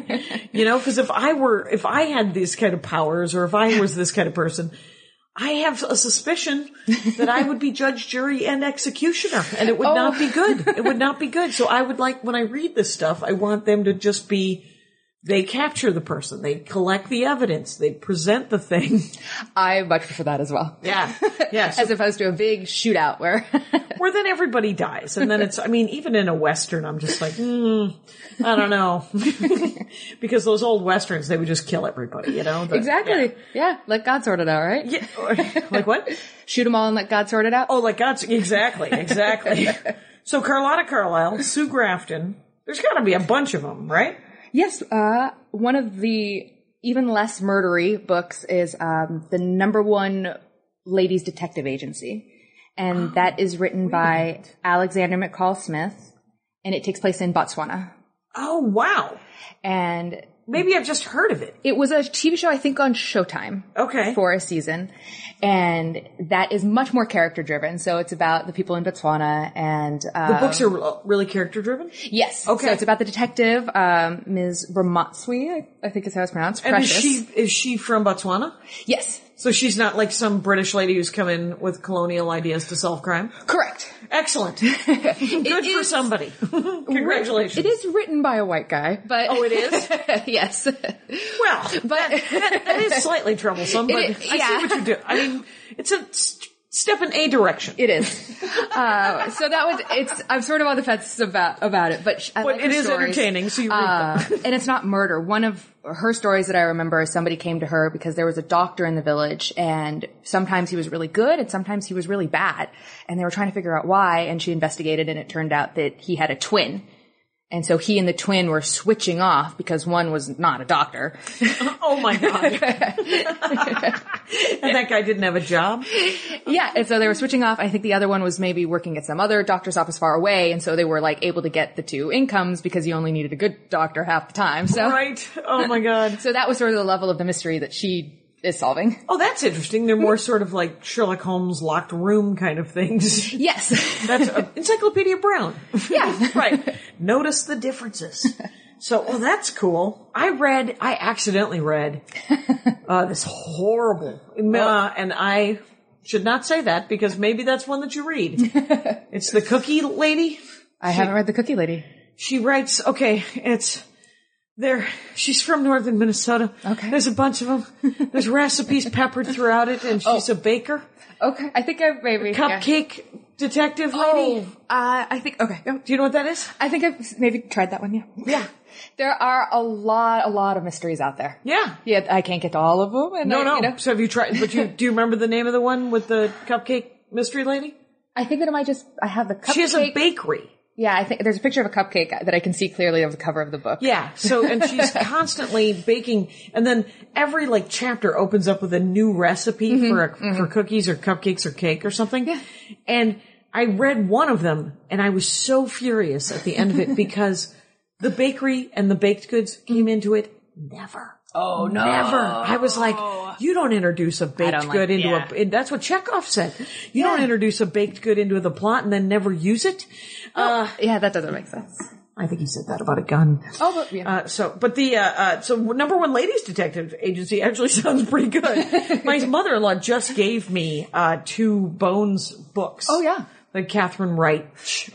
[SPEAKER 2] You know, because if I were, if I had these kind of powers, or if I was this kind of person. I have a suspicion that I would be judge, jury, and executioner, and it would not be good. It would not be good. So I would like, when I read this stuff, I want them to just be they capture the person, they collect the evidence, they present the thing.
[SPEAKER 3] I much prefer that as well.
[SPEAKER 2] Yeah, yeah. So,
[SPEAKER 3] As opposed to a big shootout where [LAUGHS]
[SPEAKER 2] where then everybody dies, and then it's. I mean, even in a western, I'm just like, hmm, I don't know, [LAUGHS] because those old westerns, they would just kill everybody, you know. The-
[SPEAKER 3] exactly, yeah. let God sort it out, right?
[SPEAKER 2] Yeah. Yeah. like what?
[SPEAKER 3] Shoot them all and let God sort it out.
[SPEAKER 2] Oh, like God's exactly, exactly. so Carlotta Carlisle, Sue Grafton. There's got to be a bunch of them, right?
[SPEAKER 3] Yes, uh, one of the even less murdery books is um, the number one
[SPEAKER 2] [GASPS]
[SPEAKER 3] ladies detective agency, and that is written by Alexander McCall Smith, and it takes place in Botswana.
[SPEAKER 2] Oh wow.
[SPEAKER 3] And
[SPEAKER 2] Maybe I've just heard of it.
[SPEAKER 3] it was a TV show, I think, on Showtime
[SPEAKER 2] Okay.
[SPEAKER 3] for a season. And that is much more character driven. So it's about the people in Botswana and,
[SPEAKER 2] the
[SPEAKER 3] uh,
[SPEAKER 2] books are re- really character driven.
[SPEAKER 3] yes.
[SPEAKER 2] Okay.
[SPEAKER 3] So it's about the detective, um, Ms. Ramatsui, I, I think is how it's pronounced.
[SPEAKER 2] And is
[SPEAKER 3] Precious.
[SPEAKER 2] she is she from Botswana?
[SPEAKER 3] yes.
[SPEAKER 2] So she's not like some British lady who's come in with colonial ideas to solve crime.
[SPEAKER 3] Correct. [LAUGHS]
[SPEAKER 2] Excellent. Good for
[SPEAKER 3] is-
[SPEAKER 2] somebody. [LAUGHS] Congratulations.
[SPEAKER 3] It is written by a white guy, but.
[SPEAKER 2] Oh, it [LAUGHS] is?
[SPEAKER 3] [LAUGHS] yes.
[SPEAKER 2] Well,
[SPEAKER 3] But.
[SPEAKER 2] that is slightly troublesome, but
[SPEAKER 3] It-
[SPEAKER 2] I
[SPEAKER 3] yeah.
[SPEAKER 2] see what you do. I mean, it's a s- step in a direction.
[SPEAKER 3] It is. [LAUGHS] Uh, so that was. It's. I'm sort of on the fence about about it, but sh- I
[SPEAKER 2] But
[SPEAKER 3] like
[SPEAKER 2] it
[SPEAKER 3] her
[SPEAKER 2] is
[SPEAKER 3] stories.
[SPEAKER 2] entertaining, so you read
[SPEAKER 3] Uh, and it's not murder. One of her stories that I remember is somebody came to her because there was a doctor in the village, and sometimes he was really good, and sometimes he was really bad, and they were trying to figure out why. And she investigated, and it turned out that he had a twin. And so he and the twin were switching off because one was not
[SPEAKER 2] [LAUGHS]
[SPEAKER 3] a doctor.
[SPEAKER 2] Oh
[SPEAKER 3] [LAUGHS]
[SPEAKER 2] my god. and that guy didn't have a job.
[SPEAKER 3] Yeah, and so they were switching off. I think the other one was maybe working at some other doctor's office far away, and so they were like able to get the two incomes because you only needed a good doctor half the time. So,
[SPEAKER 2] Right. Oh my god.
[SPEAKER 3] so that was sort of the level of the mystery that she is solving.
[SPEAKER 2] Oh, that's interesting. They're more sort of like Sherlock Holmes locked room kind of things.
[SPEAKER 3] Yes, [LAUGHS]
[SPEAKER 2] That's uh, Encyclopedia Brown.
[SPEAKER 3] yeah,
[SPEAKER 2] right. [LAUGHS] Notice the differences. So, well, that's cool. I read, I accidentally read uh, this horrible,
[SPEAKER 3] Oh.
[SPEAKER 2] uh, and I should not say that because maybe that's one that you read.
[SPEAKER 3] [LAUGHS]
[SPEAKER 2] it's the Cookie Lady.
[SPEAKER 3] I haven't read the Cookie Lady.
[SPEAKER 2] She writes, okay, it's there. She's from northern Minnesota.
[SPEAKER 3] Okay.
[SPEAKER 2] There's a bunch of them. There's recipes peppered throughout it, and she's a baker,
[SPEAKER 3] Oh. Okay, I think I maybe yeah.
[SPEAKER 2] cupcake detective
[SPEAKER 3] Oh,
[SPEAKER 2] lady.
[SPEAKER 3] uh, I think okay. Oh,
[SPEAKER 2] Do you know what that is?
[SPEAKER 3] I think I've maybe tried that one. Yeah,
[SPEAKER 2] Yeah.
[SPEAKER 3] There are a lot, a lot of mysteries out there.
[SPEAKER 2] Yeah.
[SPEAKER 3] Yeah, I can't get to all of them. And
[SPEAKER 2] No,
[SPEAKER 3] I,
[SPEAKER 2] no.
[SPEAKER 3] you know,
[SPEAKER 2] So have you tried? But you do you remember the name of the one with the cupcake mystery lady?
[SPEAKER 3] I think that I might just I have the cupcake.
[SPEAKER 2] She has a bakery.
[SPEAKER 3] Yeah, I think there's a picture of a cupcake that I can see clearly of the cover of the book.
[SPEAKER 2] Yeah. So and she's
[SPEAKER 3] [LAUGHS]
[SPEAKER 2] constantly baking, and then every like chapter opens up with a new recipe
[SPEAKER 3] Mm-hmm,
[SPEAKER 2] for a, for cookies or cupcakes or cake or something. And I read one of them, and I was so furious at the end of
[SPEAKER 3] [LAUGHS]
[SPEAKER 2] it because the bakery and the baked goods came into it never.
[SPEAKER 3] Oh no.
[SPEAKER 2] Never. I was like, you don't introduce a baked
[SPEAKER 3] don't like-
[SPEAKER 2] good into
[SPEAKER 3] yeah.
[SPEAKER 2] a, and that's what Chekhov said. You don't introduce a baked good into the plot and then never use it. Uh,
[SPEAKER 3] Yeah, that doesn't make sense.
[SPEAKER 2] I think he said that about a gun.
[SPEAKER 3] Oh, but yeah.
[SPEAKER 2] Uh, so, but the, uh, uh, so number one ladies detective agency actually [LAUGHS] sounds pretty
[SPEAKER 3] [LAUGHS]
[SPEAKER 2] good. My mother-in-law just gave me, uh, two Bones books.
[SPEAKER 3] Oh, yeah.
[SPEAKER 2] The Catherine Wright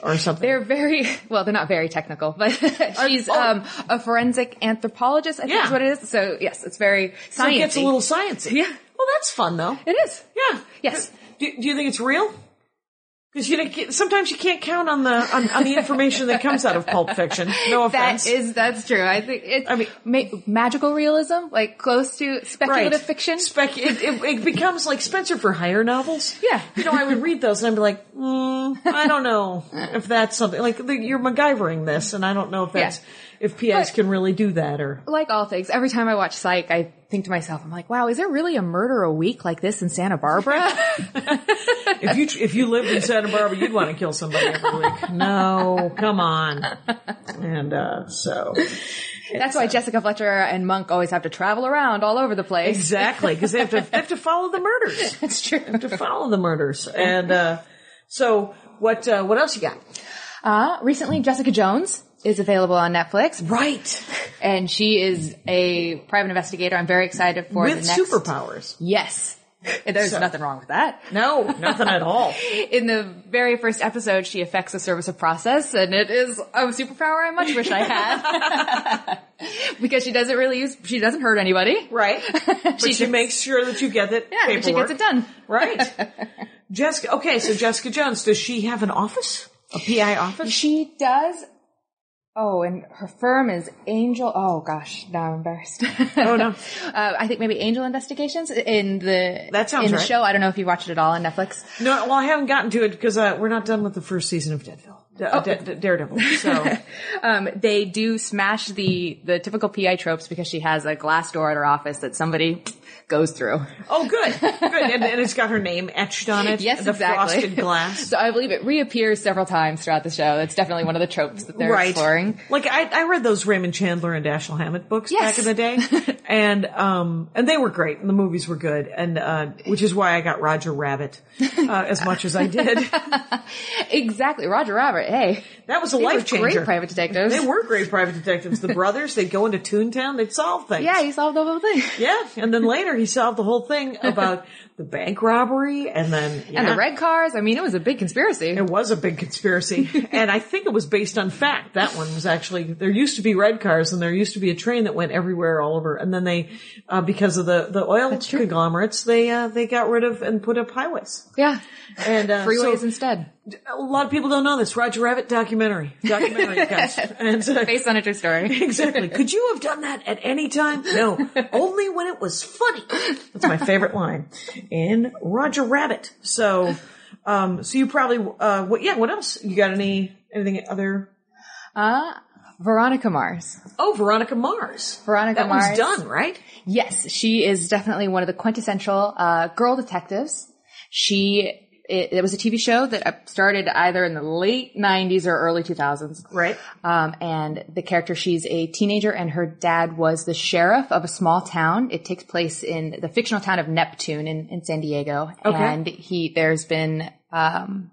[SPEAKER 2] or something.
[SPEAKER 3] they're very [LAUGHS] well. They're not very technical, but [LAUGHS] she's um, a forensic anthropologist. I think
[SPEAKER 2] Yeah.
[SPEAKER 3] is what it is. So yes, it's very
[SPEAKER 2] so it
[SPEAKER 3] science.
[SPEAKER 2] gets a little sciencey.
[SPEAKER 3] Yeah.
[SPEAKER 2] Well, that's fun though.
[SPEAKER 3] It is.
[SPEAKER 2] Yeah.
[SPEAKER 3] Yes.
[SPEAKER 2] Do, do you think it's real? Because you don't get- sometimes you can't count on the on, on the information that comes out of Pulp Fiction. No
[SPEAKER 3] [LAUGHS] That
[SPEAKER 2] offense.
[SPEAKER 3] is that's true. I think it's
[SPEAKER 2] I mean-
[SPEAKER 3] ma- magical realism, like close to speculative fiction.
[SPEAKER 2] Spec. It, it, it becomes like Spencer for Hire novels.
[SPEAKER 3] Yeah.
[SPEAKER 2] You know, I would read those and I'd be like, mm, I don't
[SPEAKER 3] [LAUGHS]
[SPEAKER 2] know if that's something like the, you're MacGyvering this, and I don't know if that's if PIs
[SPEAKER 3] But-
[SPEAKER 2] can really do that or.
[SPEAKER 3] like all things, every time I watch Psych, I think to myself, I'm like, wow, is there really a murder a week like this in Santa Barbara?
[SPEAKER 2] If you if you lived in Santa Barbara, you'd want to kill somebody every week. No, come on. And uh, so
[SPEAKER 3] That's why Jessica Fletcher and Monk always have to travel around all over the place. [LAUGHS]
[SPEAKER 2] exactly because they have to they have to follow the murders.
[SPEAKER 3] That's true.
[SPEAKER 2] to follow the murders. And uh, so, what uh, what else you got?
[SPEAKER 3] Uh, recently, Jessica Jones is available on Netflix,
[SPEAKER 2] Right,
[SPEAKER 3] and she is a private investigator. I'm very excited for
[SPEAKER 2] with
[SPEAKER 3] the next.
[SPEAKER 2] superpowers. [LAUGHS]
[SPEAKER 3] yes, there's nothing wrong with that.
[SPEAKER 2] No, nothing at
[SPEAKER 3] [LAUGHS]
[SPEAKER 2] all.
[SPEAKER 3] In the very first episode, she affects the service of process, and it is a superpower I much wish I had
[SPEAKER 2] [LAUGHS]
[SPEAKER 3] [LAUGHS] because she doesn't really use. She doesn't hurt anybody.
[SPEAKER 2] Right, but she,
[SPEAKER 3] She just-
[SPEAKER 2] makes sure that you get it.
[SPEAKER 3] Yeah, but she
[SPEAKER 2] paperwork.
[SPEAKER 3] gets it done. [LAUGHS]
[SPEAKER 2] Right, Jessica. Okay, so Jessica Jones. Does she have an office? A PI office?
[SPEAKER 3] She does. Oh, and her firm is Angel. Oh gosh, now I'm embarrassed.
[SPEAKER 2] [LAUGHS] Oh no.
[SPEAKER 3] [LAUGHS] Uh, I think maybe Angel Investigations in the
[SPEAKER 2] That sounds
[SPEAKER 3] in the
[SPEAKER 2] right.
[SPEAKER 3] show. I don't know if you watched it all on Netflix.
[SPEAKER 2] No, well, I haven't gotten to it because uh, we're not done with the first season of Deadville, Da-
[SPEAKER 3] Oh.
[SPEAKER 2] Da- Da- Daredevil.
[SPEAKER 3] [LAUGHS]
[SPEAKER 2] So,
[SPEAKER 3] Um, they do smash the the typical PI tropes because she has a glass door at her office that somebody goes through.
[SPEAKER 2] Oh, good, good, and, and it's got her name etched on it.
[SPEAKER 3] Yes,
[SPEAKER 2] the
[SPEAKER 3] exactly. [LAUGHS]
[SPEAKER 2] frosted glass.
[SPEAKER 3] So I believe it reappears several times throughout the show. It's definitely one of the tropes that they're exploring.
[SPEAKER 2] Like I, I read those Raymond Chandler and Dashiell Hammett books
[SPEAKER 3] Yes.
[SPEAKER 2] back in the
[SPEAKER 3] [LAUGHS]
[SPEAKER 2] day, and um, and they were great, and the movies were good, and uh, which is why I got Roger
[SPEAKER 3] [LAUGHS]
[SPEAKER 2] Rabbit uh, as much as I did.
[SPEAKER 3] Exactly. Roger Rabbit. Hey,
[SPEAKER 2] That was a
[SPEAKER 3] They were
[SPEAKER 2] life changer.
[SPEAKER 3] great private detectives.
[SPEAKER 2] They were great private detectives. The brothers, they'd go into Toontown, they'd solve things.
[SPEAKER 3] yeah, you solved the whole thing.
[SPEAKER 2] yeah. And then later, he solved the whole thing about the bank robbery, and then yeah,
[SPEAKER 3] And the red cars. I mean, it was a big conspiracy.
[SPEAKER 2] It was a big
[SPEAKER 3] [LAUGHS]
[SPEAKER 2] conspiracy, and I think it was based on fact. That one was actually there used to be red cars, and there used to be a train that went everywhere all over. And then they, uh, because of the the oil conglomerates, they uh, they got rid of and put up highways
[SPEAKER 3] yeah.
[SPEAKER 2] and uh,
[SPEAKER 3] Freeways
[SPEAKER 2] so
[SPEAKER 3] instead.
[SPEAKER 2] a lot of people don't know this Roger Rabbit documentary,
[SPEAKER 3] [LAUGHS]
[SPEAKER 2] documentary guys, and uh, so,
[SPEAKER 3] Based on a true [LAUGHS] story.
[SPEAKER 2] Exactly. Could you have done that at any time? No. Only when it was funny. That's my favorite line in Roger Rabbit. So, um, so you probably, uh, what, yeah, what else? You got any, anything other?
[SPEAKER 3] Uh, Veronica Mars.
[SPEAKER 2] Oh, Veronica Mars.
[SPEAKER 3] Veronica
[SPEAKER 2] that
[SPEAKER 3] Mars.
[SPEAKER 2] one's done, right?
[SPEAKER 3] Yes, she is definitely one of the quintessential uh, girl detectives. She it, it was a TV show that uh, started either in the late '90s or early 2000s,
[SPEAKER 2] Right.
[SPEAKER 3] Um, and the character, she's a teenager, and her dad was the sheriff of a small town. It takes place in the fictional town of Neptune in, in San Diego,
[SPEAKER 2] Okay.
[SPEAKER 3] and he there's been um,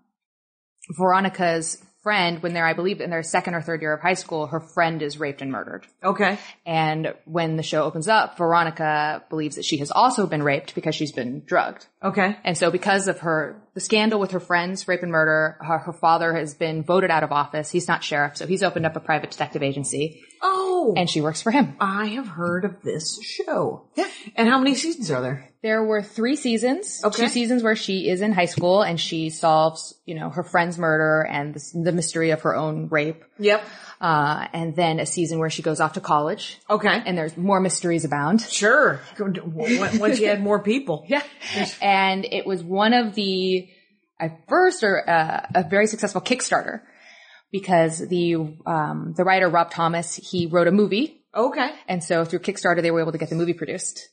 [SPEAKER 3] Veronica's friend when they're, I believe, in their second or third year of high school. Her friend is raped and murdered.
[SPEAKER 2] Okay.
[SPEAKER 3] And when the show opens up, Veronica believes that she has also been raped because she's been drugged.
[SPEAKER 2] Okay.
[SPEAKER 3] And so because of her, the scandal with her friends, rape and murder, her, her father has been voted out of office. He's not sheriff, so he's opened up a private detective agency
[SPEAKER 2] Oh,
[SPEAKER 3] and she works for him.
[SPEAKER 2] I have heard of this show. Yeah. And how many seasons are there?
[SPEAKER 3] There were three seasons,
[SPEAKER 2] Okay.
[SPEAKER 3] two seasons where she is in high school and she solves, you know, her friend's murder and the, the mystery of her own rape.
[SPEAKER 2] Yep.
[SPEAKER 3] Uh, and then a season where she goes off to college
[SPEAKER 2] Okay.
[SPEAKER 3] and there's more mysteries abound.
[SPEAKER 2] sure. Go- w- w- Once you add more people.
[SPEAKER 3] [LAUGHS] Yeah. And it was one of the, at first, or uh, a very successful Kickstarter because the, um, the writer Rob Thomas, he wrote a movie.
[SPEAKER 2] Okay.
[SPEAKER 3] And so through Kickstarter, they were able to get the movie produced.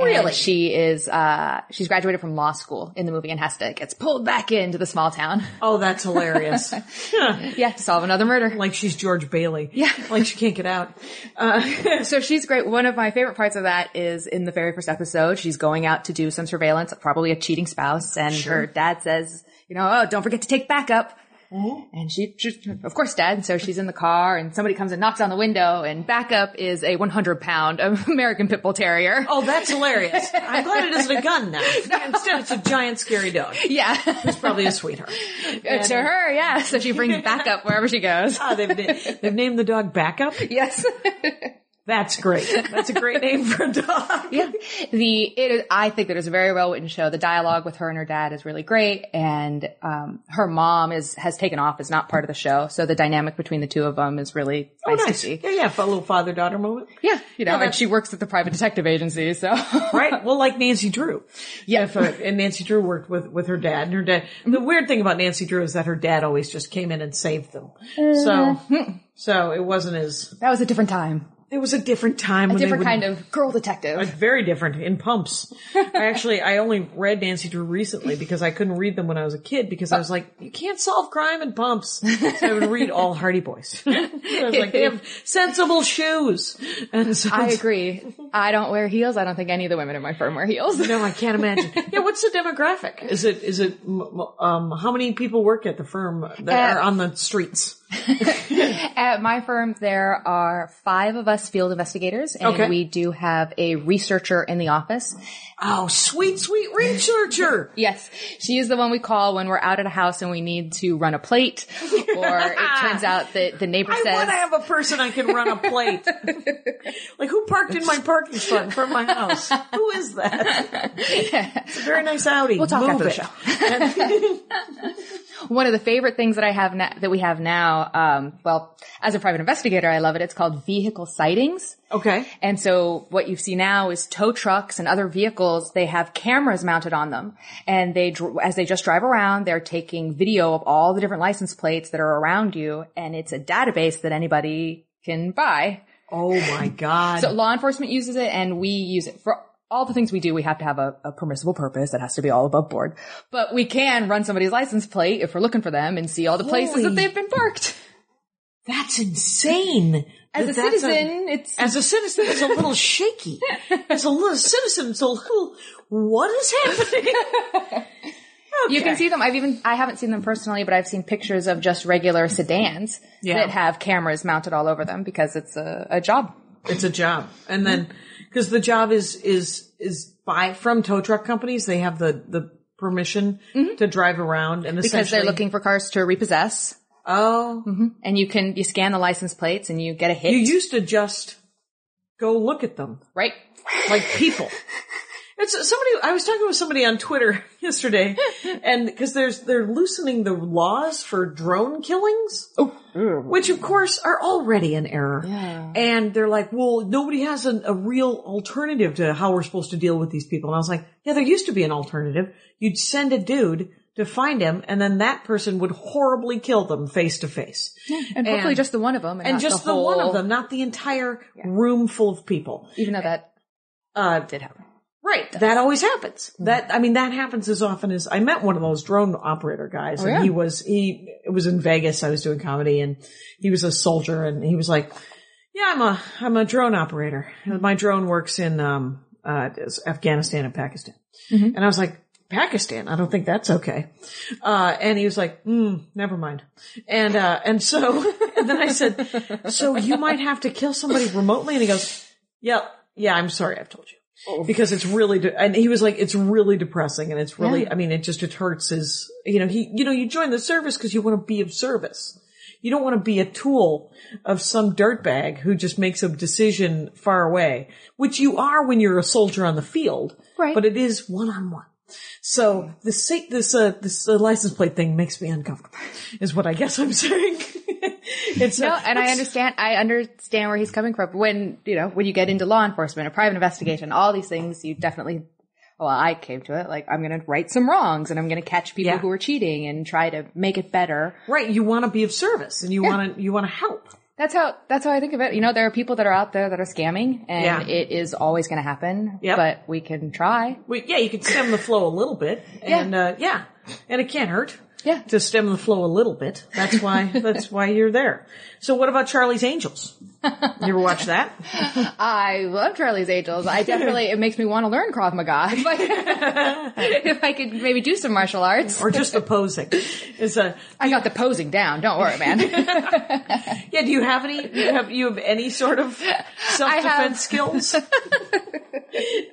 [SPEAKER 2] Really?
[SPEAKER 3] And she is, uh, she's graduated from law school in the movie and has to, gets pulled back into the small town. [LAUGHS]
[SPEAKER 2] Oh, that's hilarious.
[SPEAKER 3] Yeah. To solve another murder.
[SPEAKER 2] like she's George Bailey. Yeah. [LAUGHS] Like she can't get out. Uh, [LAUGHS]
[SPEAKER 3] So she's great. One of my favorite parts of that is in the very first episode, she's going out to do some surveillance, probably a cheating spouse, and her dad says, you know, oh, don't forget to take backup. And she just, of course, dad. So she's in the car and somebody comes and knocks on the window and backup is a 100 pound [LAUGHS] American Pit Bull Terrier.
[SPEAKER 2] oh, that's hilarious. I'm glad it isn't a gun
[SPEAKER 3] [LAUGHS]
[SPEAKER 2] now. Instead, it's a giant scary dog.
[SPEAKER 3] Yeah. [LAUGHS]
[SPEAKER 2] It's probably a sweetheart.
[SPEAKER 3] to her. Yeah. So she brings backup wherever she goes.
[SPEAKER 2] Ah, they've, na- they've named the dog Backup.
[SPEAKER 3] Yes.
[SPEAKER 2] That's great. That's a great name for a dog.
[SPEAKER 3] [LAUGHS] yeah. The it is, I think that it's a very well written show. The dialogue with her and her dad is really great, and um, her mom is has taken off is not part of the show, so the dynamic between the two of them is really
[SPEAKER 2] Oh,
[SPEAKER 3] nice, to
[SPEAKER 2] nice.
[SPEAKER 3] see.
[SPEAKER 2] Yeah, yeah. A little father daughter moment.
[SPEAKER 3] Yeah, you know, and
[SPEAKER 2] that's-
[SPEAKER 3] she works at the private detective agency, so [LAUGHS]
[SPEAKER 2] Right. Well, like Nancy Drew. Yeah. If, uh, and Nancy Drew worked with, with her dad and her dad. The weird thing about Nancy Drew is that her dad always just came in and saved them. So,
[SPEAKER 3] Uh-huh.
[SPEAKER 2] so it wasn't as,
[SPEAKER 3] that was a different time,
[SPEAKER 2] it was a different time.
[SPEAKER 3] a different kind of girl detective.
[SPEAKER 2] very different in [LAUGHS] pumps. I actually I only read Nancy Drew recently because I couldn't read them when I was a kid because I was like, you can't solve crime in pumps. So I would read all Hardy Boys. [LAUGHS] I was like, they have sensible shoes. And so
[SPEAKER 3] [LAUGHS]
[SPEAKER 2] [LAUGHS]
[SPEAKER 3] I agree. I don't wear heels. I don't think any of the women in my firm wear heels.
[SPEAKER 2] No, I can't
[SPEAKER 3] [LAUGHS]
[SPEAKER 2] imagine. Yeah, what's the demographic? Is it is it m- m- um how many people work at the firm that
[SPEAKER 3] Uh,
[SPEAKER 2] are on the streets?
[SPEAKER 3] At my firm, there are five of us field investigators, and
[SPEAKER 2] Okay.
[SPEAKER 3] we do have a researcher in the office.
[SPEAKER 2] Oh, sweet, sweet researcher.
[SPEAKER 3] Yes, she is the one we call when we're out at a house and we need to run a plate, or it turns out that the neighbor
[SPEAKER 2] I
[SPEAKER 3] says,
[SPEAKER 2] want to have a person I can run a
[SPEAKER 3] [LAUGHS]
[SPEAKER 2] plate. like who parked in my parking spot in front of my house? Who is that? It's a very nice Audi. We'll
[SPEAKER 3] talk
[SPEAKER 2] Move
[SPEAKER 3] after the
[SPEAKER 2] it.
[SPEAKER 3] show. one of the favorite things that I have na- that we have now. Um, well, as a private investigator, I love it. It's called vehicle sightings.
[SPEAKER 2] [LAUGHS] okay.
[SPEAKER 3] And so what you see now is tow trucks and other vehicles, they have cameras mounted on them. And they, dr- as they just drive around, they're taking video of all the different license plates that are around you. And it's a database that anybody can buy.
[SPEAKER 2] Oh my god.
[SPEAKER 3] So law enforcement uses it and we use it for all the things we do, we have to have a, a permissible purpose. It has to be all above board. But we can run somebody's license plate if we're looking for them and see all the places that
[SPEAKER 2] Holy-
[SPEAKER 3] they've been parked.
[SPEAKER 2] That's insane.
[SPEAKER 3] As a
[SPEAKER 2] That that's
[SPEAKER 3] citizen, it's
[SPEAKER 2] as a citizen, it's a little
[SPEAKER 3] [LAUGHS]
[SPEAKER 2] shaky. As a little citizen, it's a little, what is happening?
[SPEAKER 3] [LAUGHS] You can see them. I've even I haven't seen them personally, but I've seen pictures of just regular sedans
[SPEAKER 2] Yeah.
[SPEAKER 3] that have cameras mounted all over them because it's a, a job.
[SPEAKER 2] It's a job. And then, cause the job is, is, is by, from tow truck companies, they have the, the permission to drive around and essentially.
[SPEAKER 3] Mm-hmm. Because they're looking Mm-hmm. for cars to repossess.
[SPEAKER 2] oh,
[SPEAKER 3] And you can you scan the license plates and you get a hit.
[SPEAKER 2] you used to just go look at them.
[SPEAKER 3] right?
[SPEAKER 2] like people. [LAUGHS] It's somebody. I was talking with somebody on Twitter [LAUGHS] yesterday, and because there's they're loosening the laws for drone killings, which of course are already an error. And they're like, well, nobody has a, a real alternative to how we're supposed to deal with these people. And I was like, yeah, there used to be an alternative. You'd send a dude to find him, and then that person would horribly kill them face to face
[SPEAKER 3] And hopefully just the one of them and,
[SPEAKER 2] and
[SPEAKER 3] not
[SPEAKER 2] just the,
[SPEAKER 3] the, whole, eh,
[SPEAKER 2] one of them, not the entire room full of people.
[SPEAKER 3] Even though that
[SPEAKER 2] Uh,
[SPEAKER 3] did happen.
[SPEAKER 2] Right. That always happens. That I mean that happens as often as I met one of those drone operator guys and
[SPEAKER 3] yeah?
[SPEAKER 2] he was he it was in Vegas I was doing comedy and he was a soldier and he was like, "Yeah, I'm a I'm a drone operator. My drone works in um uh Afghanistan and Pakistan." And I was like, "Pakistan? I don't think that's okay." Uh and he was like, mm, never mind." And uh and so [LAUGHS] and then I said, "So you might have to kill somebody remotely?" And he goes, yeah, yeah, I'm sorry I've told you.
[SPEAKER 3] Oh.
[SPEAKER 2] Because it's really, de- and he was like, it's really depressing and it's really, I mean, it just, it hurts his, you know, he, you know, you join the service because you want to be of service. You don't want to be a tool of some dirtbag who just makes a decision far away, which you are when you're a soldier on the field.
[SPEAKER 3] Right.
[SPEAKER 2] But it is one on one. So this, sa- this, uh, this uh, license plate thing makes me uncomfortable is what I guess I'm saying. [LAUGHS] it's, [LAUGHS]
[SPEAKER 3] No,
[SPEAKER 2] uh,
[SPEAKER 3] and I understand. I understand where he's coming from. When you know, when you get into law enforcement, a private investigation, all these things, you definitely. Well, I came to it like I'm going to right some wrongs, and I'm going to catch people
[SPEAKER 2] Yeah.
[SPEAKER 3] who are cheating and try to make it better.
[SPEAKER 2] Right, you want to be of service and you want to you want to help.
[SPEAKER 3] That's how. That's how I think of it. You know, there are people that are out there that are scamming, and
[SPEAKER 2] Yeah.
[SPEAKER 3] it is always going to happen.
[SPEAKER 2] Yep.
[SPEAKER 3] But we can try.
[SPEAKER 2] Well, yeah, you can stem the flow a little bit, and uh, yeah, and it can't hurt.
[SPEAKER 3] Yeah.
[SPEAKER 2] to stem the flow a little bit. That's
[SPEAKER 3] [LAUGHS]
[SPEAKER 2] why that's why you're there. So, what about Charlie's Angels? You ever watch that?
[SPEAKER 3] I love Charlie's Angels. I definitely. it makes me want to learn Krav Maga. [LAUGHS] If I, if I could maybe do some martial arts,
[SPEAKER 2] Or just the posing? Is a
[SPEAKER 3] I got the posing down. Don't worry, man.
[SPEAKER 2] yeah? Do you have any? Do you have you have any sort of self
[SPEAKER 3] have-
[SPEAKER 2] defense
[SPEAKER 3] [LAUGHS]
[SPEAKER 2] skills?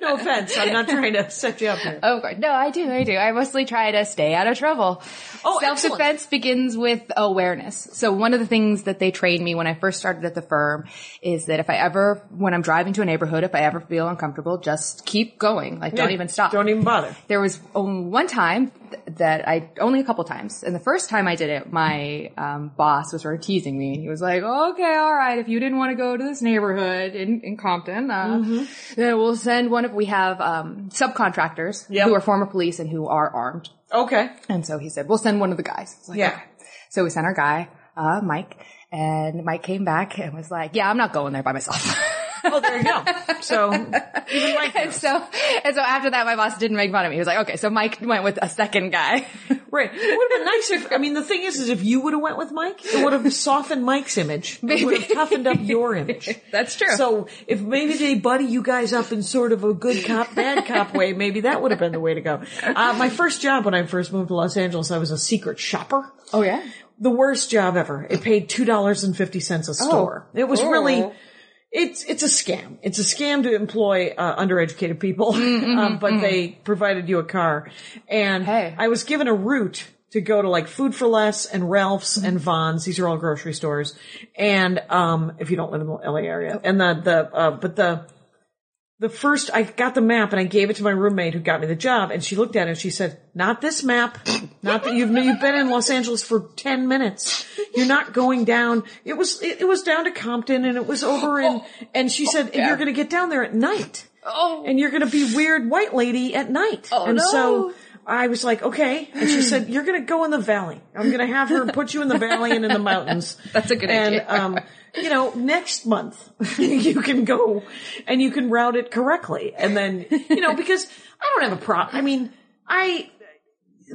[SPEAKER 2] no offense, I'm not trying to set you up here.
[SPEAKER 3] Oh God, no, I do, I do. I mostly try to stay out of trouble.
[SPEAKER 2] Oh,
[SPEAKER 3] self defense begins with awareness. So one of the things that they trained me when I first started at the firm is that if I ever, when I'm driving to a neighborhood, if I ever feel uncomfortable, just keep going. Like don't even stop.
[SPEAKER 2] Don't even bother.
[SPEAKER 3] There was only one time th- that I only a couple times, and the first time I did it, my um, boss was sort of teasing me, and he was like, "Okay, all right, if you didn't want to go to this neighborhood in, in Compton, uh,
[SPEAKER 2] Mm-hmm.
[SPEAKER 3] then we'll send one of we have um, subcontractors
[SPEAKER 2] Yep.
[SPEAKER 3] who are former police and who are armed."
[SPEAKER 2] Okay.
[SPEAKER 3] And so he said, "We'll send one of the guys." I was like,
[SPEAKER 2] Yeah.
[SPEAKER 3] So we sent our guy, uh, Mike, and Mike came back and was like, "Yeah, I'm not going there by myself."
[SPEAKER 2] Oh, there you go.
[SPEAKER 3] [LAUGHS]
[SPEAKER 2] So even like
[SPEAKER 3] And so, and so after that, my boss didn't make fun of me. He was like, okay, so Mike went with a second guy.
[SPEAKER 2] Right. It would have been nice if, I mean, the thing is, is if you would have went with Mike, it would
[SPEAKER 3] [LAUGHS]
[SPEAKER 2] have softened Mike's image. It would have toughened up your image.
[SPEAKER 3] [LAUGHS] That's true.
[SPEAKER 2] So if maybe they buddy you guys up in sort of a good cop, bad cop way, maybe that would have been the way to go. Uh, my first job when I first moved to Los Angeles, I was a secret shopper.
[SPEAKER 3] oh yeah.
[SPEAKER 2] The worst job ever. It paid $2.50 a store. it was
[SPEAKER 3] Oh.
[SPEAKER 2] really, it's, it's a scam. It's a scam to employ, uh, undereducated people. [LAUGHS] um, but they provided you a car. And
[SPEAKER 3] Mm-hmm, Hey.
[SPEAKER 2] I was given a route to go to like Food for Less and Ralph's
[SPEAKER 3] Mm-hmm.
[SPEAKER 2] and Vaughn's. These are all grocery stores. And, um, if you don't live in the LA area and the, the, uh, but the, the first, I got the map and I gave it to my roommate who got me the job and she looked at it and she said, not this map. Not that you've, you've been in Los Angeles for 10 minutes. You're not going down. It was, it, it was down to Compton and it was over in, and she said, and you're going to get down there at night
[SPEAKER 3] Oh.
[SPEAKER 2] and you're going to be weird white lady at night.
[SPEAKER 3] Oh,
[SPEAKER 2] and
[SPEAKER 3] no.
[SPEAKER 2] so I was like, okay. And she said, you're going to go in the valley. I'm going to have her put you in the valley and in the
[SPEAKER 3] [LAUGHS]
[SPEAKER 2] mountains.
[SPEAKER 3] That's a good
[SPEAKER 2] and,
[SPEAKER 3] idea.
[SPEAKER 2] um, you know, next month [LAUGHS] you can go and you can route it correctly. And then, you know, because I don't have a problem. I mean, I,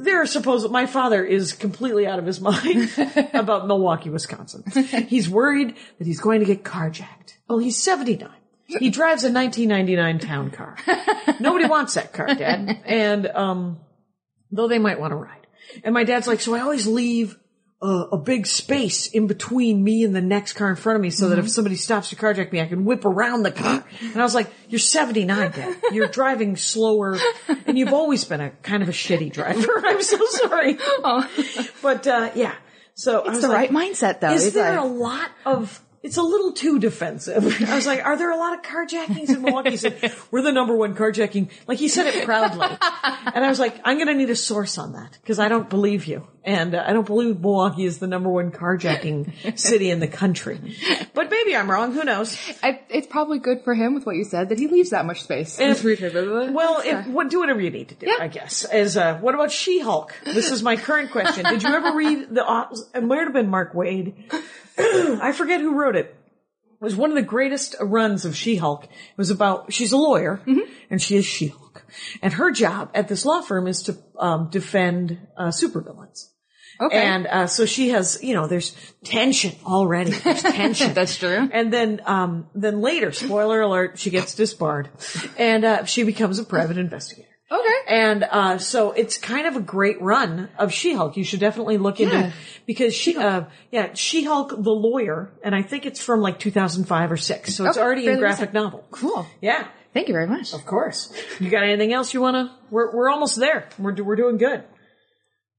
[SPEAKER 2] there are supposed my father is completely out of his [LAUGHS]
[SPEAKER 3] [LAUGHS]
[SPEAKER 2] mind about Milwaukee, Wisconsin. He's worried that he's going to get carjacked. Well, he's 79. He drives a 1999 town car. Nobody wants that car, Dad. And um, though they might want to ride. And my dad's like, so I always leave a, a big space in between me and the next car in front of me so
[SPEAKER 4] Mm-hmm.
[SPEAKER 2] that if somebody stops to carjack me, I can whip around the car. And I was like, you're 79, Dad. You're driving slower and you've always been a kind of a shitty driver. [LAUGHS] I'm so sorry. But, uh, yeah. So I was
[SPEAKER 4] Oh. the
[SPEAKER 2] like,
[SPEAKER 4] right mindset, though.
[SPEAKER 2] Is
[SPEAKER 4] It's
[SPEAKER 2] there
[SPEAKER 4] like-
[SPEAKER 2] a lot of, it's a little too defensive. [LAUGHS] I was like, are there a lot of carjackings in Milwaukee? He said, we're the number one carjacking. Like he said it proudly. And I was like, I'm going to need a source on that because I don't believe you. And uh, I don't believe Milwaukee is the number one carjacking city in the country. But maybe I'm wrong. Who knows?
[SPEAKER 3] I, it's probably good for him with what you said that he leaves that much space. Just revisit it.
[SPEAKER 2] Well, if, what, do whatever you need to do, I guess. As uh, what about She-Hulk? This is my current question. Did you ever read the? Uh, it might have been Mark Wade. I forget who wrote it. It was one of the greatest runs of She-Hulk. It was about she's a lawyer and she is She-Hulk, and her job at this law firm is to um, defend uh, supervillains.
[SPEAKER 3] okay.
[SPEAKER 2] And uh, so she has, you know, there's tension already.
[SPEAKER 3] [LAUGHS]
[SPEAKER 2] There's tension.
[SPEAKER 3] That's true.
[SPEAKER 2] And then, um, then later, spoiler alert, she gets disbarred, and uh, she becomes a private investigator.
[SPEAKER 3] okay.
[SPEAKER 2] And uh, so it's kind of a great run of She-Hulk. You should definitely look into because she, uh, yeah, She-Hulk the lawyer, and I think it's from like 2005 or six, so it's
[SPEAKER 3] Okay,
[SPEAKER 2] already in
[SPEAKER 3] fairly
[SPEAKER 2] graphic
[SPEAKER 3] recent.
[SPEAKER 2] novel.
[SPEAKER 3] Cool.
[SPEAKER 2] Yeah,
[SPEAKER 3] Thank you very much.
[SPEAKER 2] of course. You got anything else you want to? We're we're almost there. We're do- we're doing good.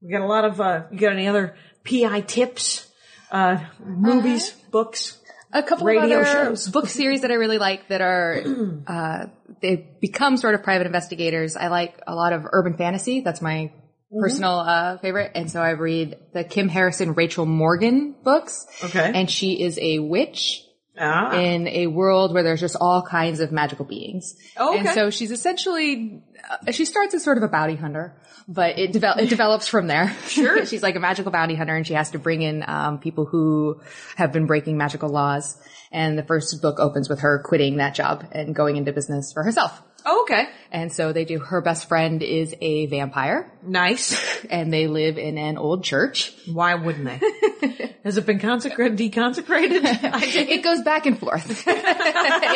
[SPEAKER 2] We got a lot of. Uh, you got any other PI tips? Uh, movies, books.
[SPEAKER 3] a couple
[SPEAKER 2] radio
[SPEAKER 3] of other
[SPEAKER 2] shows.
[SPEAKER 3] book series that I really like that are [CLEARS THROAT] uh, they become sort of private investigators. I like a lot of urban fantasy. That's my personal uh, favorite, and so I read the Kim Harrison Rachel Morgan books.
[SPEAKER 2] Okay.
[SPEAKER 3] and she is a witch.
[SPEAKER 2] Ah,
[SPEAKER 3] In a world where there's just all kinds of magical beings,
[SPEAKER 2] Oh,
[SPEAKER 3] and
[SPEAKER 2] okay.
[SPEAKER 3] so she's essentially uh, she starts as sort of a bounty hunter, but it, devel- it develops from there. [LAUGHS] Sure, she's like a magical bounty hunter, and she has to bring in um, people who have been breaking magical laws. And the first book opens with her quitting that job and going into business for herself.
[SPEAKER 2] Oh, okay,
[SPEAKER 3] And so they do. Her best friend is a vampire,
[SPEAKER 2] nice.
[SPEAKER 3] and they live in an old church.
[SPEAKER 2] [LAUGHS] Why wouldn't they? [LAUGHS] Has it been consecrated, deconsecrated? [LAUGHS] I did.
[SPEAKER 3] It goes back and forth [LAUGHS] in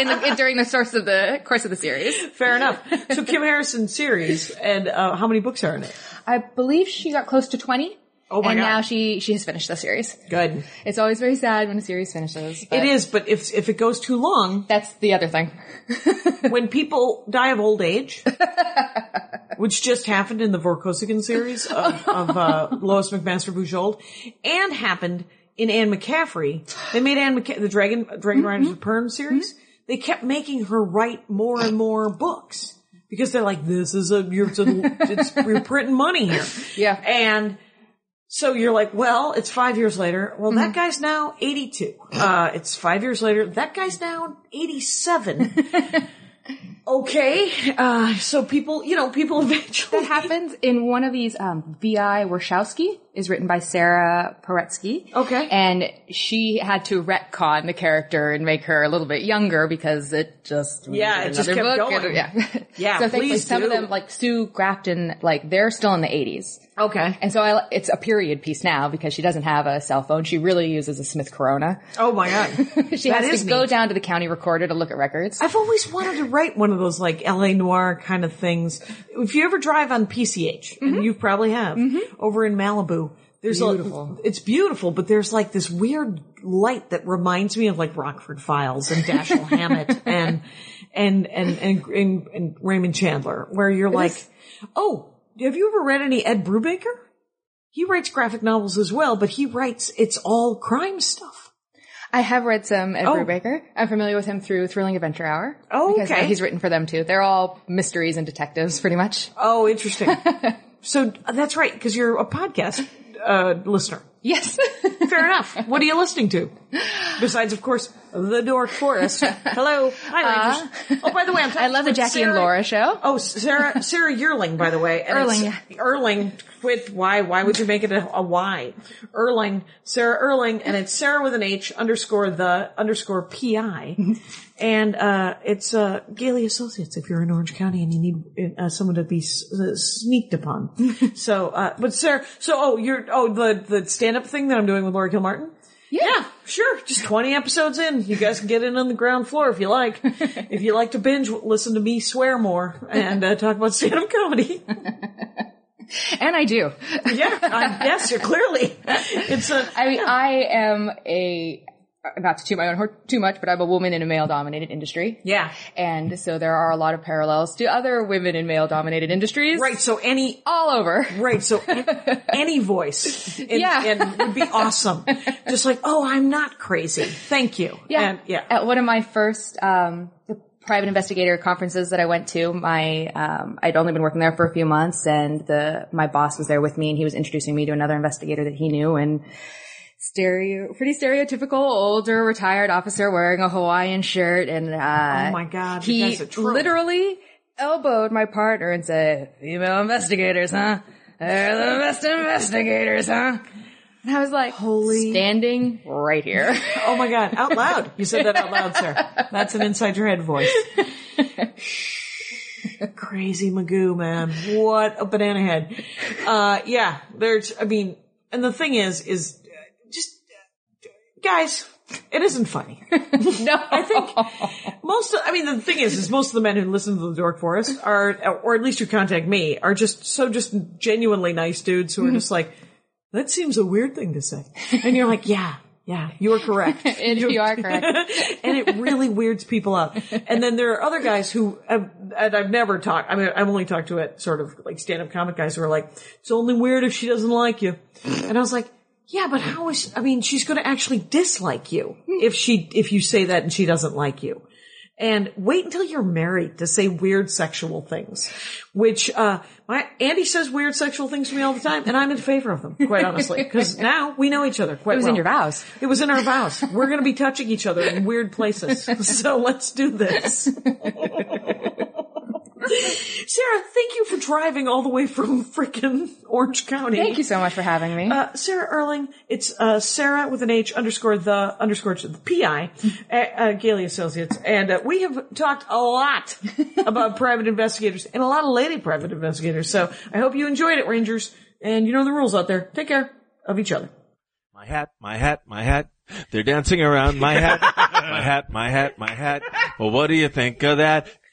[SPEAKER 3] the, during the source of the course of the series.
[SPEAKER 2] Fair enough. So Kim Harrison series, and uh, how many books are in it?
[SPEAKER 3] I believe she got close to twenty.
[SPEAKER 2] Oh my
[SPEAKER 3] and
[SPEAKER 2] God.
[SPEAKER 3] now she she has finished the series.
[SPEAKER 2] Good.
[SPEAKER 3] It's always very sad when a series finishes.
[SPEAKER 2] It
[SPEAKER 3] but
[SPEAKER 2] is, but if if it goes too long,
[SPEAKER 3] That's the other thing. [LAUGHS]
[SPEAKER 2] when people die of old age, which just happened in the Vorkosigan series of, of uh, Lois McMaster Bujold, and happened in Anne McCaffrey. They made Anne McCa- the Dragon Dragon Riders of Perm series. They kept making her write more and more books because they're like, this is a you're, it's a, it's, you're printing money here.
[SPEAKER 3] Yeah.
[SPEAKER 2] and. So you're like, well, it's five years later. Well,
[SPEAKER 3] Mm-hmm.
[SPEAKER 2] that guy's now 82. Uh, it's five years later. That guy's now
[SPEAKER 3] [LAUGHS]
[SPEAKER 2] 87 okay. Uh, so people, you know, people eventually.
[SPEAKER 3] That happens in one of these. Um, Vi Warshawski is written by Sarah Paretsky.
[SPEAKER 2] Okay.
[SPEAKER 3] and she had to retcon the character and make her a little bit younger because it just we
[SPEAKER 2] Yeah,
[SPEAKER 3] needed
[SPEAKER 2] it just
[SPEAKER 3] another
[SPEAKER 2] kept
[SPEAKER 3] book.
[SPEAKER 2] going.
[SPEAKER 3] yeah,
[SPEAKER 2] Yeah,
[SPEAKER 3] [LAUGHS] So thankfully,
[SPEAKER 2] please
[SPEAKER 3] some of
[SPEAKER 2] do.
[SPEAKER 3] them like Sue Grafton, like they're still in the eighties.
[SPEAKER 2] [LAUGHS] Okay.
[SPEAKER 3] And so I, it's a period piece now because she doesn't have a cell phone. She really uses a Smith Corona.
[SPEAKER 2] Oh my god.
[SPEAKER 3] [LAUGHS] She
[SPEAKER 2] That
[SPEAKER 3] has
[SPEAKER 2] is
[SPEAKER 3] to go
[SPEAKER 2] neat.
[SPEAKER 3] down to the county recorder to look at records.
[SPEAKER 2] I've always wanted to write one of those like LA noir kind of things. If you ever drive on PCH, and you probably have, over in Malibu, there's
[SPEAKER 3] Beautiful.
[SPEAKER 2] a, it's beautiful, but there's like this weird light that reminds me of like Rockford Files and Dashiell Hammett and, and, and, and, and, and Raymond Chandler, where you're like, oh, have you ever read any Ed Brubaker? He writes graphic novels as well, but he writes, it's all crime stuff.
[SPEAKER 3] I have read some Ed
[SPEAKER 2] Oh.
[SPEAKER 3] Brubaker. I'm familiar with him through Thrilling Adventure Hour.
[SPEAKER 2] Oh,
[SPEAKER 3] because, uh,
[SPEAKER 2] okay.
[SPEAKER 3] he's written for them too. They're all mysteries and detectives, pretty much. [LAUGHS]
[SPEAKER 2] Oh, interesting. so uh, that's right, because you're a podcast uh, listener.
[SPEAKER 3] [LAUGHS] Yes.
[SPEAKER 2] Fair enough. [LAUGHS] What are you listening to? Besides, of course, The Dork
[SPEAKER 3] [LAUGHS]
[SPEAKER 2] Forest. Hello. Hi, Rangers. oh, by the way, I'm talking
[SPEAKER 3] Uh-huh. I love the
[SPEAKER 2] with
[SPEAKER 3] Jackie and
[SPEAKER 2] Sarah-
[SPEAKER 3] Laura show.
[SPEAKER 2] Oh, Sarah, Sarah Yearling, by the way. And it's- Erling with why? Why would you make it a, a Y? Erling, Sarah Erling, and it's Sarah with an H underscore the underscore PI. And, uh, it's, uh, Gailey Associates if you're in Orange County and you need uh, someone to be s- uh, sneaked upon. so, uh, but Sarah, so, oh, you're, oh, the, the stand-up thing that I'm doing with Laura Kilmartin?
[SPEAKER 3] Yeah.
[SPEAKER 2] Sure, just 20 episodes in. You guys can get in on the ground floor if you like. if you like to binge, listen to me swear more and uh, talk about stand-up
[SPEAKER 3] [LAUGHS]
[SPEAKER 2] comedy.
[SPEAKER 3] And I do.
[SPEAKER 2] Yeah, I, yes, you're clearly. It's a
[SPEAKER 3] I mean, I am a, not to toot my own horn too much, but I'm a woman in a male dominated industry.
[SPEAKER 2] yeah,
[SPEAKER 3] And so there are a lot of parallels to other women in male dominated industries.
[SPEAKER 2] right. So any
[SPEAKER 3] All over.
[SPEAKER 2] right, so an- any voice, in,
[SPEAKER 3] Yeah.
[SPEAKER 2] and would be awesome. Just like, oh, I'm not crazy. Thank you.
[SPEAKER 3] Yeah.
[SPEAKER 2] and, yeah.
[SPEAKER 3] At one of my first um, the private investigator conferences that I went to, my um, I'd only been working there for a few months, and the my boss was there with me, and he was introducing me to another investigator that he knew, and stereo pretty stereotypical older retired officer wearing a Hawaiian shirt, and uh,
[SPEAKER 2] Oh my God, you
[SPEAKER 3] he
[SPEAKER 2] guys are true.
[SPEAKER 3] literally elbowed my partner and said, "Female investigators, huh?" They're the best investigators, huh? And I was like,
[SPEAKER 2] Holy-
[SPEAKER 3] standing right here. [LAUGHS]
[SPEAKER 2] Oh my god, out loud. You said that out loud, sir. That's an inside your head
[SPEAKER 3] [LAUGHS]
[SPEAKER 2] voice. Crazy Magoo, man. What a banana head. Uh, yeah, there's, I mean, and the thing is, is uh, just, uh, guys, it isn't funny.
[SPEAKER 3] no, I think
[SPEAKER 2] Most, of- I mean, the thing is, is most of the men who listen to the Dork Forest are, or at least who contact me, are just so just genuinely nice dudes who are just like, that seems a weird thing to say. And you're like, yeah, yeah, you're correct.
[SPEAKER 3] [LAUGHS] And you are correct.
[SPEAKER 2] and it really weirds people out. And then there are other guys who, have, and I've never talked, I mean, I've only talked to it sort of like stand up comic guys who are like, it's only weird if she doesn't like you. And I was like, yeah, but how is, I mean, she's going to actually dislike you if she, if you say that and she doesn't like you. And wait until you're married to say weird sexual things, which, uh, my, Andy says weird sexual things to me all the time, and I'm in favor of them, quite honestly,
[SPEAKER 3] [LAUGHS]
[SPEAKER 2] because now we know each other quite well. It
[SPEAKER 3] was in your vows.
[SPEAKER 2] it was in our vows. We're going to be touching each other in weird
[SPEAKER 3] [LAUGHS]
[SPEAKER 2] places. So let's do this. Sarah, thank you for driving all the way from frickin' Orange County.
[SPEAKER 3] Thank you so much for having me.
[SPEAKER 2] Uh, Sarah Erling, it's uh, Sarah with an H underscore the underscore to the PI, uh, uh, Gailey Associates. And uh, we have talked a lot about private investigators and a lot of lady private investigators. So I hope you enjoyed it, Rangers. And you know the rules out there. Take care of each other.
[SPEAKER 4] My hat, my hat, my hat. They're dancing around my hat, my hat, my hat, my hat. Well, what do you think of that?